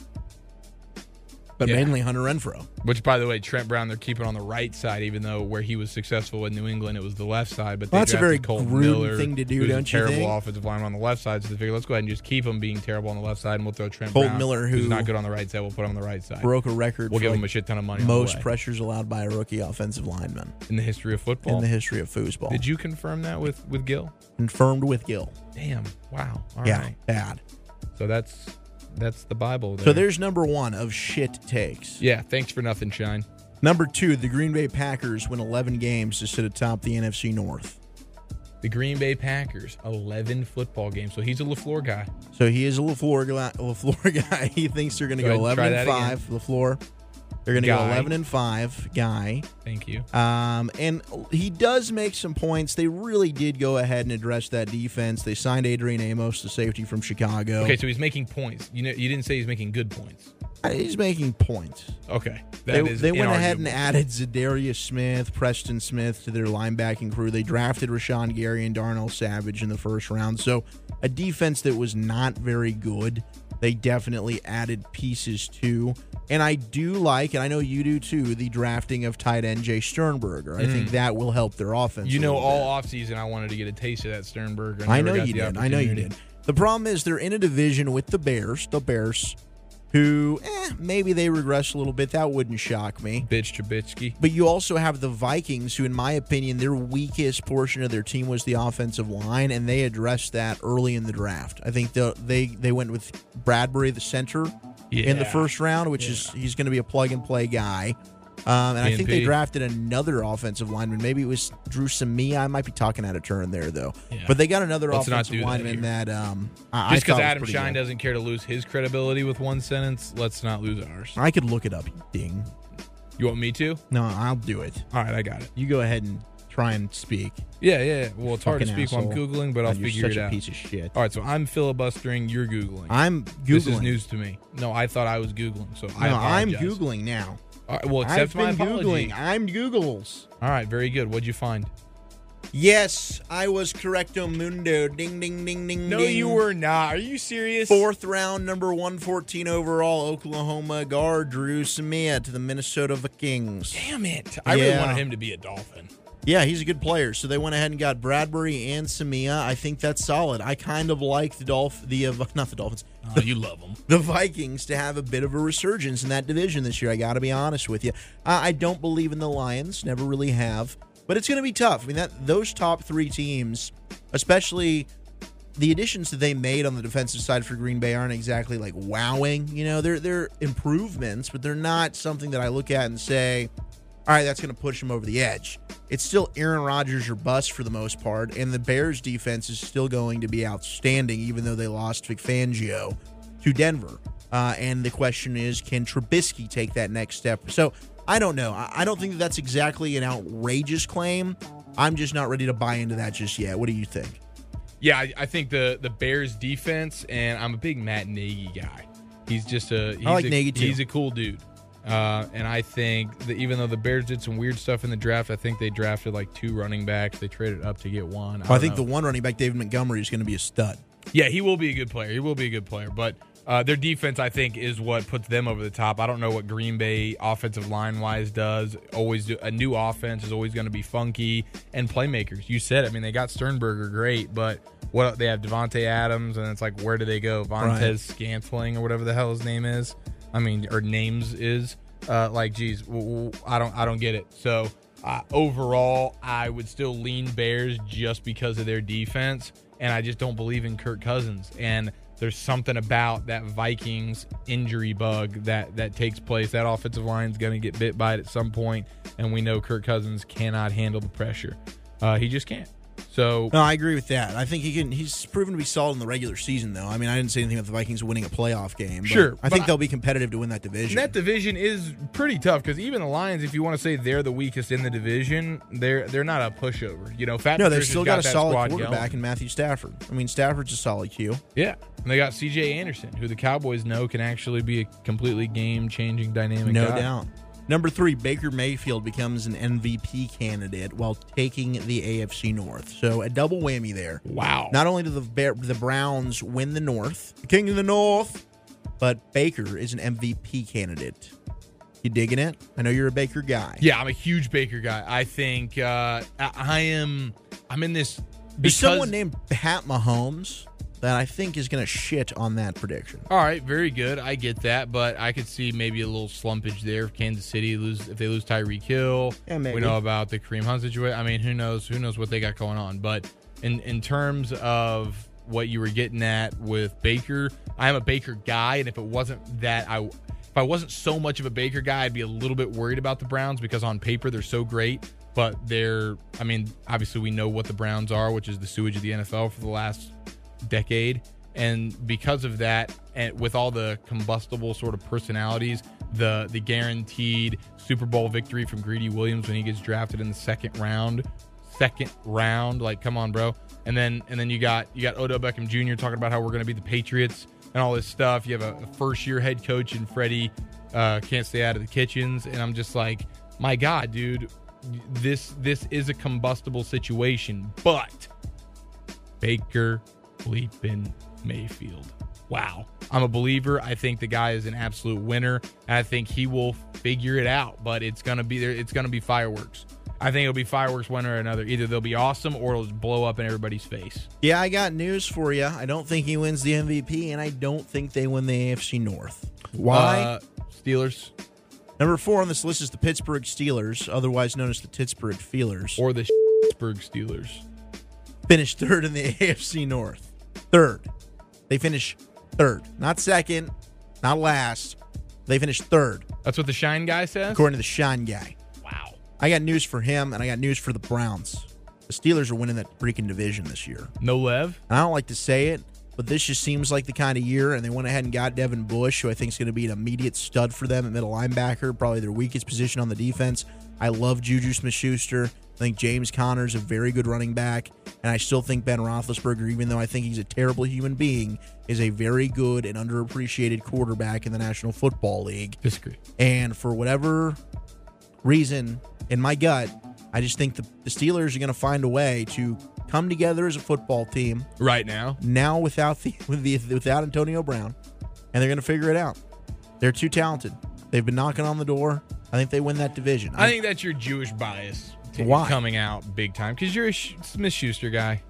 but Yeah. mainly Hunter Renfro. Which, by the way, Trent Brown they're keeping on the right side, even though where he was successful in New England, it was the left side. But they Well, that's a drafted very Colton Gruden Miller, thing to do, who's a don't you Terrible think? offensive lineman on the left side, so they figure let's go ahead and just keep him being terrible on the left side, and we'll throw Trent Colton Brown, Miller, who's who not good on the right side, we'll put him on the right side. Broke a record. we'll for give him a like shit ton of money. on the most way. pressures allowed by a rookie offensive lineman in the history of football. in the history of foosball. Did you confirm that with with Gil? confirmed with Gill? Damn! Wow. All right. yeah, bad. So that's that's the Bible. There. So there's number one of shit takes. Yeah. Thanks for nothing, Shine. Number two, the Green Bay Packers win 11 games to sit atop the NFC North. The Green Bay Packers, eleven football games. So he's a Lafleur guy. So he is a Lafleur, gla- Lafleur guy. He thinks they're going to Go go, 11 ahead and try and that again. five. Lafleur, they're going to go Guy. 11 and five. Guy, Thank you. um, and he does make some points. They really did go ahead and address that defense. They signed Adrian Amos, the safety from Chicago. Okay, so he's making points. You know, you didn't say he's making good points. Uh, he's making points. Okay, They, that is they went ahead and inarguable. added Zadarius Smith, Preston Smith to their linebacking crew. They drafted Rashawn Gary and Darnell Savage in the first round. So a defense that was not very good. They definitely added pieces to. And I do like, and I know you do too, the drafting of tight end Jay Sternberger. I think that will help their offense. Mm. You a know, little bit. all offseason I wanted to get a taste of that Sternberger. and I never know got you the did. I know you opportunity. did. The problem is they're in a division with the Bears, the Bears, who eh, maybe they regress a little bit. That wouldn't shock me. Bitch Trubisky. But you also have the Vikings, who, in my opinion, their weakest portion of their team was the offensive line, and they addressed that early in the draft. I think the, they they went with Bradbury, the center, in the Yeah. first round, which is he's going to be a plug and play guy. Um, and I think they PNP. drafted another offensive lineman. Maybe it was Drew Samia. I might be talking out of turn there, though. Yeah. But they got another Let's not offensive do that lineman that, um, I, Just I thought because was Adam pretty Shine good. doesn't care to lose his credibility with one sentence, let's not lose ours. I could look it up, you ding. You want me to? No, I'll do it. All right, I got it. You go ahead and try and speak. Yeah, yeah. yeah. Well, it's hard to Fucking speak while I'm asshole. Oh, Googling, but I'll you're figure such it a out. piece of shit. All right, so I'm filibustering, you're Googling. I'm Googling. This is news to me. No, I thought I was Googling, so I No, I'm apologize. Googling now. All right, well, I've accept my been apology. Googling. I'm Googles. All right, very good. What'd you find? Yes, I was correcto mundo. Ding, ding, ding, ding, No, ding. you were not. Are you serious? Fourth round, number 114 overall, Oklahoma guard Drew Samia to the Minnesota Vikings. Damn it. I really Yeah. wanted him to be a dolphin. Yeah, he's a good player. So they went ahead and got Bradbury and Samia. I think that's solid. I kind of like the Dolph, the uh, not the Dolphins, Oh, you love him. the Vikings to have a bit of a resurgence in that division this year. I got to be honest with you. I, I don't believe in the Lions, never really have, but it's going to be tough. I mean, that those top three teams, especially the additions that they made on the defensive side for Green Bay, aren't exactly like wowing. You know, they're they're improvements, but they're not something that I look at and say. All right, that's going to push them over the edge. It's still Aaron Rodgers or bust for the most part, and the Bears' defense is still going to be outstanding, even though they lost Vic Fangio to Denver. Uh, and the question is, can Trubisky take that next step? So I don't know. I, I don't think that that's exactly an outrageous claim. I'm just not ready to buy into that just yet. What do you think? Yeah, I, I think the the Bears defense, and I'm a big Matt Nagy guy. He's just a he's like a, Nagy, too. He's a cool dude. Uh, and I think that even though the Bears did some weird stuff in the draft, I think they drafted like two running backs. They traded up to get one. I think the one running back, David Montgomery, is going to be a stud. the yeah, he will be a good player. He will be a good player, but. Uh, their defense, I think, is what puts them over the top. I don't know what Green Bay offensive line wise does. Always do, a new offense is always going to be funky and playmakers. You said, it. I mean, they got Sternberger, great, but what they have Devonte Adams, and it's like where do they go? Vontez Right. Scantling or whatever the hell his name is. I mean, or names is. Uh, like, geez, w- w- I don't, I don't get it. So uh, overall, I would still lean Bears just because of their defense, and I just don't believe in Kirk Cousins. And there's something about that Vikings injury bug that that takes place. That offensive line's going to get bit by it at some point, and we know Kirk Cousins cannot handle the pressure. Uh, he just can't. So No, I agree with that. I think he can. He's proven to be solid in the regular season, though. I mean, I didn't say anything about the Vikings winning a playoff game. but Sure, I but think I- they'll be competitive to win that division. And that division is pretty tough because even the Lions, if you want to say they're the weakest in the division, they're they're not a pushover. You know, Fat no, they've Patricia's still got, a that solid squad quarterback going. in Matthew Stafford. I mean, Stafford's a solid Q. Yeah, and they got C.J. Anderson, who the Cowboys know can actually be a completely game-changing dynamic. No guy. doubt. Number three, Baker Mayfield becomes an MVP candidate while taking the AFC North. So a double whammy there. Wow. Not only do the Bear, the Browns win the North, the King of the North, but Baker is an MVP candidate. You digging it? I know you're a Baker guy. yeah, I'm a huge Baker guy. I think uh, I, I am. I'm in this There's because someone named Pat Mahomes that I think is going to shit on that prediction. All right, very good. I get that, but I could see maybe a little slumpage there. If Kansas City lose, if they lose Tyreek Hill, Yeah, maybe. we know about the Kareem Hunt situation. I mean, who knows? Who knows what they got going on? But in in terms of what you were getting at with Baker, I am a Baker guy, and if it wasn't that, I if I wasn't so much of a Baker guy, I'd be a little bit worried about the Browns because on paper they're so great, but they're. I mean, obviously we know what the Browns are, which is the sewage of the NFL for the last decade. And because of that, and with all the combustible sort of personalities, the the guaranteed Super Bowl victory from Greedy Williams when he gets drafted in the second round, second round, like come on, bro. And then and then you got you got Odell Beckham Jr. talking about how we're going to be the Patriots and all this stuff. You have a, first year head coach in Freddie, uh, can't stay out of the kitchens, and I'm just like, my God, dude, this this is a combustible situation, but. Baker bleeping Mayfield. Wow. I'm a believer. I think the guy is an absolute winner. I think he will figure it out, but it's gonna be there. It's gonna be fireworks. I think it'll be fireworks one or another. Either they'll be awesome or it'll just blow up in everybody's face. Yeah, I got news for you. I don't think he wins the MVP, and I don't think they win the AFC North. Why? Uh, Steelers Number four on this list is the Pittsburgh Steelers, otherwise known as the Pittsburgh Feelers. or the Pittsburgh Steelers. finished third in the AFC North. Third. They finished third. Not second, not last. They finished third, That's what the Shine guy says. according to the Shine guy. Wow. I got news for him, and I got news for the Browns. The Steelers are winning that freaking division this year. No Lev. And I don't like to say it, but this just seems like the kind of year, and they went ahead and got Devin Bush, who I think is going to be an immediate stud for them at middle linebacker, probably their weakest position on the defense. I love Juju Smith Schuster. I think James Conner's a very good running back, and I still think Ben Roethlisberger, even though I think he's a terrible human being, is a very good and underappreciated quarterback in the National Football League. Disagree. And for whatever reason, in my gut, I just think the, the Steelers are going to find a way to come together as a football team Right now. now without the, with the without Antonio Brown, and they're going to figure it out. They're too talented. They've been knocking on the door. I think they win that division. I think that's your Jewish bias t- Why? coming out big time because you're a Sh- Smith Schuster guy.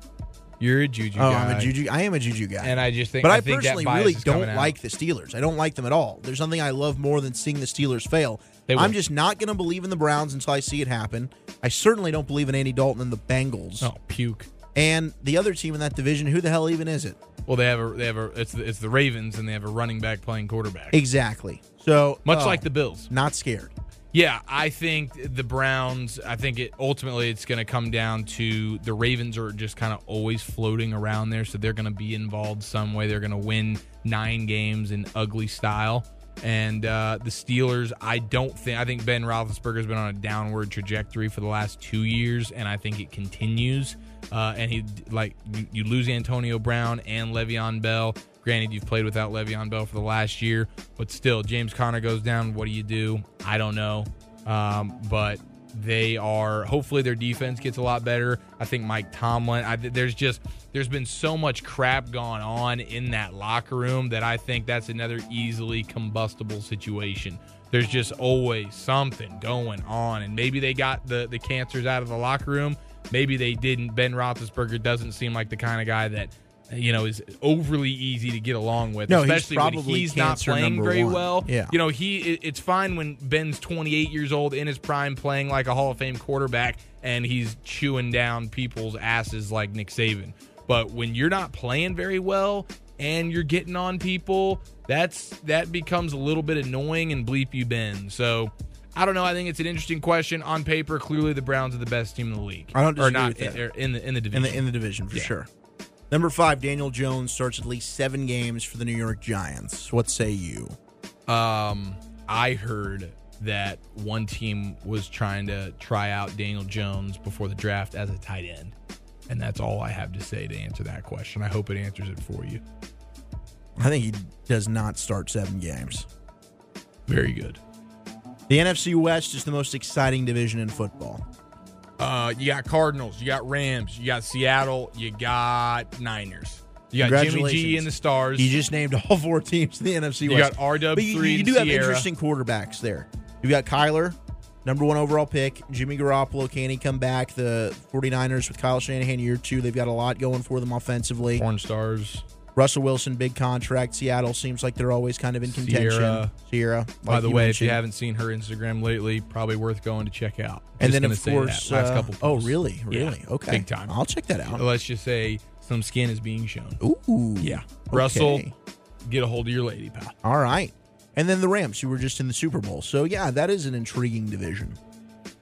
You're a Juju oh, guy. I'm a juju. I am a juju guy. And I just think, but I, think personally that bias really is coming don't out. like the Steelers. I don't like them at all. There's nothing I love more than seeing the Steelers fail. They I'm will. just not going to believe in the Browns until I see it happen. I certainly don't believe in Andy Dalton and the Bengals. Oh, puke. And the other team in that division, who the hell even is it? Well, they have a they have a it's the, it's the Ravens and they have a running back playing quarterback, Exactly. So much oh, like the Bills. not scared. Yeah, I think the Browns. I think it ultimately it's going to come down to the Ravens are just kind of always floating around there, so they're going to be involved some way. They're going to win nine games in ugly style, And uh, the Steelers, I don't think. I think Ben Roethlisberger's been on a downward trajectory for the last two years, and I think it continues. Uh, and he like you- you lose Antonio Brown and Le'Veon Bell. Granted, you've played without Le'Veon Bell for the last year, but still, James Conner goes down. What do you do? I don't know. Um, but they are hopefully their defense gets a lot better. I think Mike Tomlin. I, th- there's just there's been so much crap gone on in that locker room that I think that's another easily combustible situation. There's just always something going on, and maybe they got the the cancers out of the locker room. Maybe they didn't. Ben Roethlisberger doesn't seem like the kind of guy that you know is overly easy to get along with. No, he's especially when probably he's not cancer playing number very one. well. Yeah. you know know, he it- it's fine when Ben's 28 years old in his prime playing like a Hall of Fame quarterback and he's chewing down people's asses like Nick Saban. But when you're not playing very well and you're getting on people, that's that becomes a little bit annoying and bleep you Ben. So I don't know. I think it's an interesting question. On paper, clearly the Browns are the best team in the league. I don't or disagree not with that. in- or in the in the in division. the in the division for sure. Number five, Daniel Jones starts at least seven games for the New York Giants. What say you? Um, I heard that one team was trying to try out Daniel Jones before the draft as a tight end. And that's all I have to say to answer that question. I hope it answers it for you. I think he does not start seven games. Very good. The NFC West is the most exciting division in football. Uh, you got Cardinals, you got Rams, you got Seattle, you got Niners. You got Jimmy G Congratulations. and the Stars. You just named all four teams in the NFC You West. got RW3 But you, you and do have Sierra. interesting quarterbacks there. You've got Kyler, number one overall pick. Jimmy Garoppolo, can he come back? The 49ers with Kyle Shanahan year two. They've got a lot going for them offensively. Porn Stars. Russell Wilson, big contract. Seattle seems like they're always kind of in contention. Sierra. Sierra, By like the way, if mentioned. you haven't seen her Instagram lately, probably worth going to check out. and Just then gonna of say that. course, last uh, couple. oh posts. really, Yeah. really, okay, big time. I'll check that out. Let's just say some skin is being shown. Ooh, Oh, Yeah. okay. Russell, get a hold of your lady, pal. All right. And then the Rams, who were just in the Super Bowl. So, yeah, that is an intriguing division.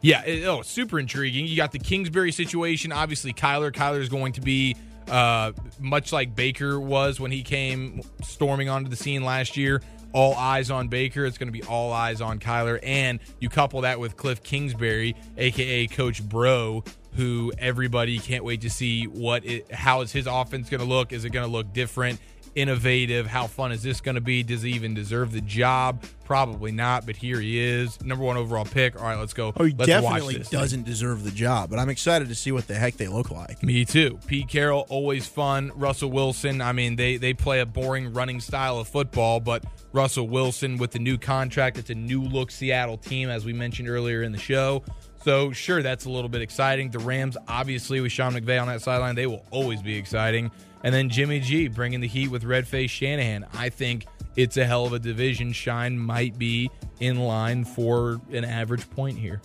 Yeah. it- oh, super intriguing. You got the Kingsbury situation. Obviously, Kyler. Kyler's going to be uh, much like Baker was when he came storming onto the scene last year. All eyes on Baker. It's going to be all eyes on Kyler. And you couple that with Cliff Kingsbury, aka Coach Bro, who everybody can't wait to see what it, how is his offense going to look? Is it going to look different? innovative. How fun is this going to be? Does he even deserve the job? Probably not, but here he is. Number one overall pick. All right, let's go. Oh, he let's definitely watch this thing. doesn't deserve the job, but I'm excited to see what the heck they look like. Me too. Pete Carroll, always fun. Russell Wilson, I mean, they, they play a boring running style of football, but Russell Wilson with the new contract, it's a new look Seattle team, as we mentioned earlier in the show. So, sure, that's a little bit exciting. The Rams, obviously, with Sean McVay on that sideline, they will always be exciting. And then Jimmy G bringing the heat with Red Face Shanahan. I think it's a hell of a division. Shine might be in line for an average point here.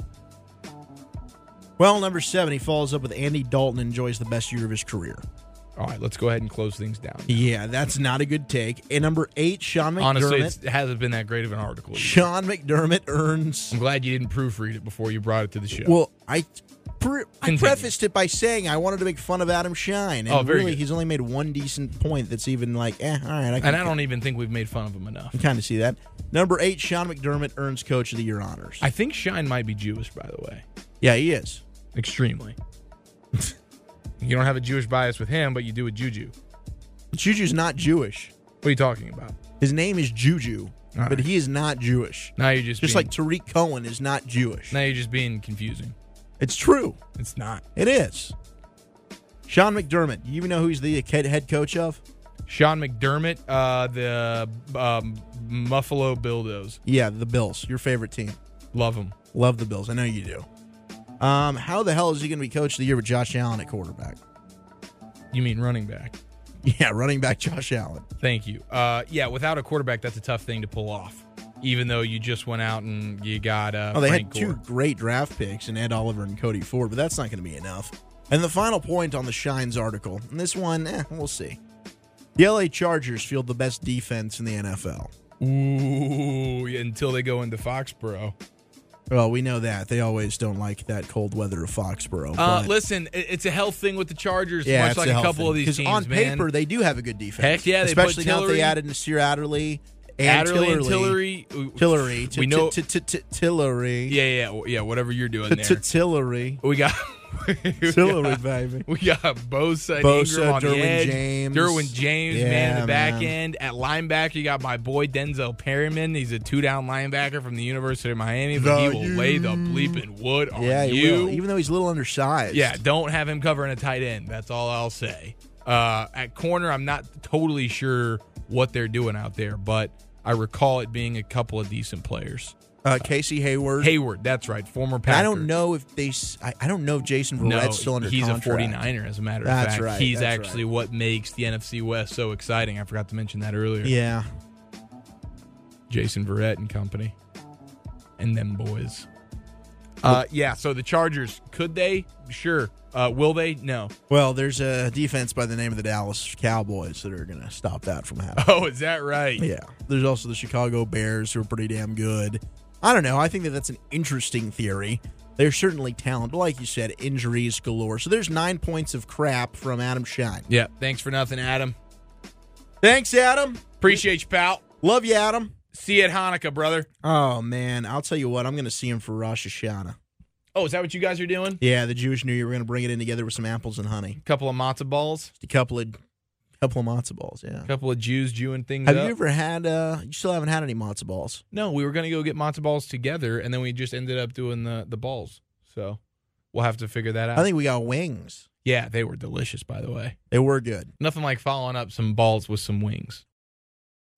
Well, number seven, he follows up with Andy Dalton, enjoys the best year of his career. All right, let's go ahead and close things down. Yeah, that's not a good take. And number eight, Sean McDermott. Honestly, it's, it hasn't been that great of an article. either. Sean McDermott earns. I'm glad you didn't proofread it before you brought it to the show. Well, I. pre- I Continue. prefaced it by saying I wanted to make fun of Adam Shine, and Oh, very really good. he's only made one decent point that's even like, eh, all right. I can and I don't even think we've made fun of him enough. kind of see that. Number eight, Sean McDermott earns Coach of the Year honors. I think Shine might be Jewish, by the way. yeah, he is. Extremely. you don't have a Jewish bias with him, but you do with Juju. Juju's not Jewish. What are you talking about? His name is Juju, All but right. he is not Jewish. Now you're just Just being, like Tariq Cohen is not Jewish. now you're just being confusing. It's true. It's not. It is. Sean McDermott. You even know who he's the head head coach of? Sean McDermott, uh, the um, Buffalo Bildos, Yeah, the Bills. Your favorite team. love him. Love the Bills. I know you do. Um, how the hell is he going to be coach of the year with Josh Allen at quarterback? You mean running back? Yeah, running back Josh Allen. Thank you. Uh, yeah, without a quarterback, that's a tough thing to pull off. Even though you just went out and you got uh, Oh, they Frank had two Gore. great draft picks in Ed Oliver and Cody Ford, but that's not going to be enough. And the final point on the Shines article, and this one, eh, we'll see. The LA Chargers field the best defense in the NFL. Ooh, yeah, until they go into Foxborough. Well, we know that. They always don't like that cold weather of Foxborough. Uh, but- listen, it- it's a health thing with the Chargers, yeah, much it's like a health couple thing. of these 'Cause teams, on man. paper, they do have a good defense. Heck yeah, they put Especially now that they Tillery- added Nasir Adderley And Adderley and Tillery. Tillery. Tillery. We T- know. t- t- t- Tillery. Yeah, yeah, yeah, yeah. Whatever you're doing T- there. t- Tillery. We got. we Tillery, got- baby. We got Bosa, and Bosa, Ingram on Derwin the edge. James. Derwin James, man, in Yeah, the back man. end. At linebacker, you got my boy Denzel Perryman. He's a two-down linebacker from the University of Miami, but The he will lay the you. bleeping wood on Yeah, he you. will, even though he's a little undersized. Yeah, don't have him covering a tight end. That's all I'll say. Uh, at corner, I'm not totally sure what they're doing out there, but I recall it being a couple of decent players. Uh, Casey Hayward. Hayward, that's right, former And Packers. I don't know if they. s- I, I don't know if Jason No, Verrett's still under he's contract. a 49er, as a matter of That's fact. right, He's that's actually what makes the NFC West so exciting. I forgot to mention that earlier. Yeah. Jason Verrett and company, and them boys. Uh, yeah. So the Chargers, could they? Sure. Uh, will they? No. Well, there's a defense by the name of the Dallas Cowboys that are going to stop that from happening. Oh, is that right? Yeah. There's also the Chicago Bears who are pretty damn good. I don't know. I think that that's an interesting theory. They're certainly talented, but like you said, injuries galore. So there's nine points of crap from Adam Shine. Yeah. Thanks for nothing, Adam. Thanks, Adam. Appreciate you, pal. Love you, Adam. See you at Hanukkah, brother. Oh man, I'll tell you what. I'm going to see him for Rosh Hashanah. Oh, is that what you guys are doing? Yeah, the Jewish New Year. We're going to bring it in together with some apples and honey. A couple of matzo balls, Just a couple of couple of matzo balls. Yeah. a couple of Jews Jewing things Have up. you ever had? uh You still haven't had any matzo balls. no, we were going to go get matzo balls together, and then we just ended up doing the, the balls. So we'll have to figure that out. I think we got wings. yeah, they were delicious, by the way. They were good. Nothing like following up some balls with some wings.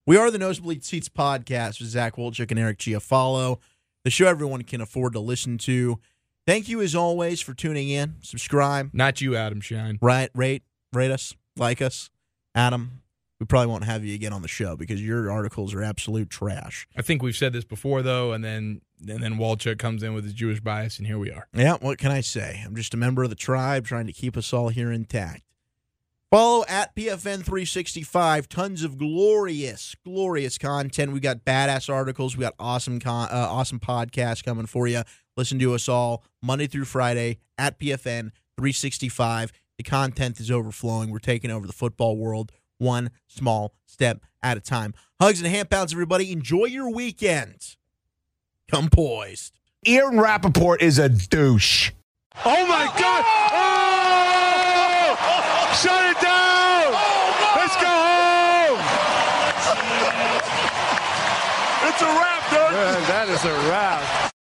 We are the Nosebleed Seats podcast with Zach Wolchuk and Eric Giafalo, the show everyone can afford to listen to. Thank you as always for tuning in. Subscribe, Not you, Adam Shine. right, rate, rate us, like us. Adam, we probably won't have you again on the show because your articles are absolute trash. I think we've said this before, though, and then and then Walchuk comes in with his Jewish bias, and here we are. Yeah, what can I say? I'm just a member of the tribe trying to keep us all here intact. Follow at PFN365. Tons of glorious, glorious content. We got badass articles. We got awesome, con- uh, awesome podcasts coming for you. Listen to us all Monday through Friday at PFN365. The content is overflowing. We're taking over the football world one small step at a time. Hugs and hand pounds, everybody. Enjoy your weekend. Come poised. Aaron Rappaport is a douche. Oh my God! Oh! Shut it down! Let's go home! It's a wrap, dude. that is a wrap.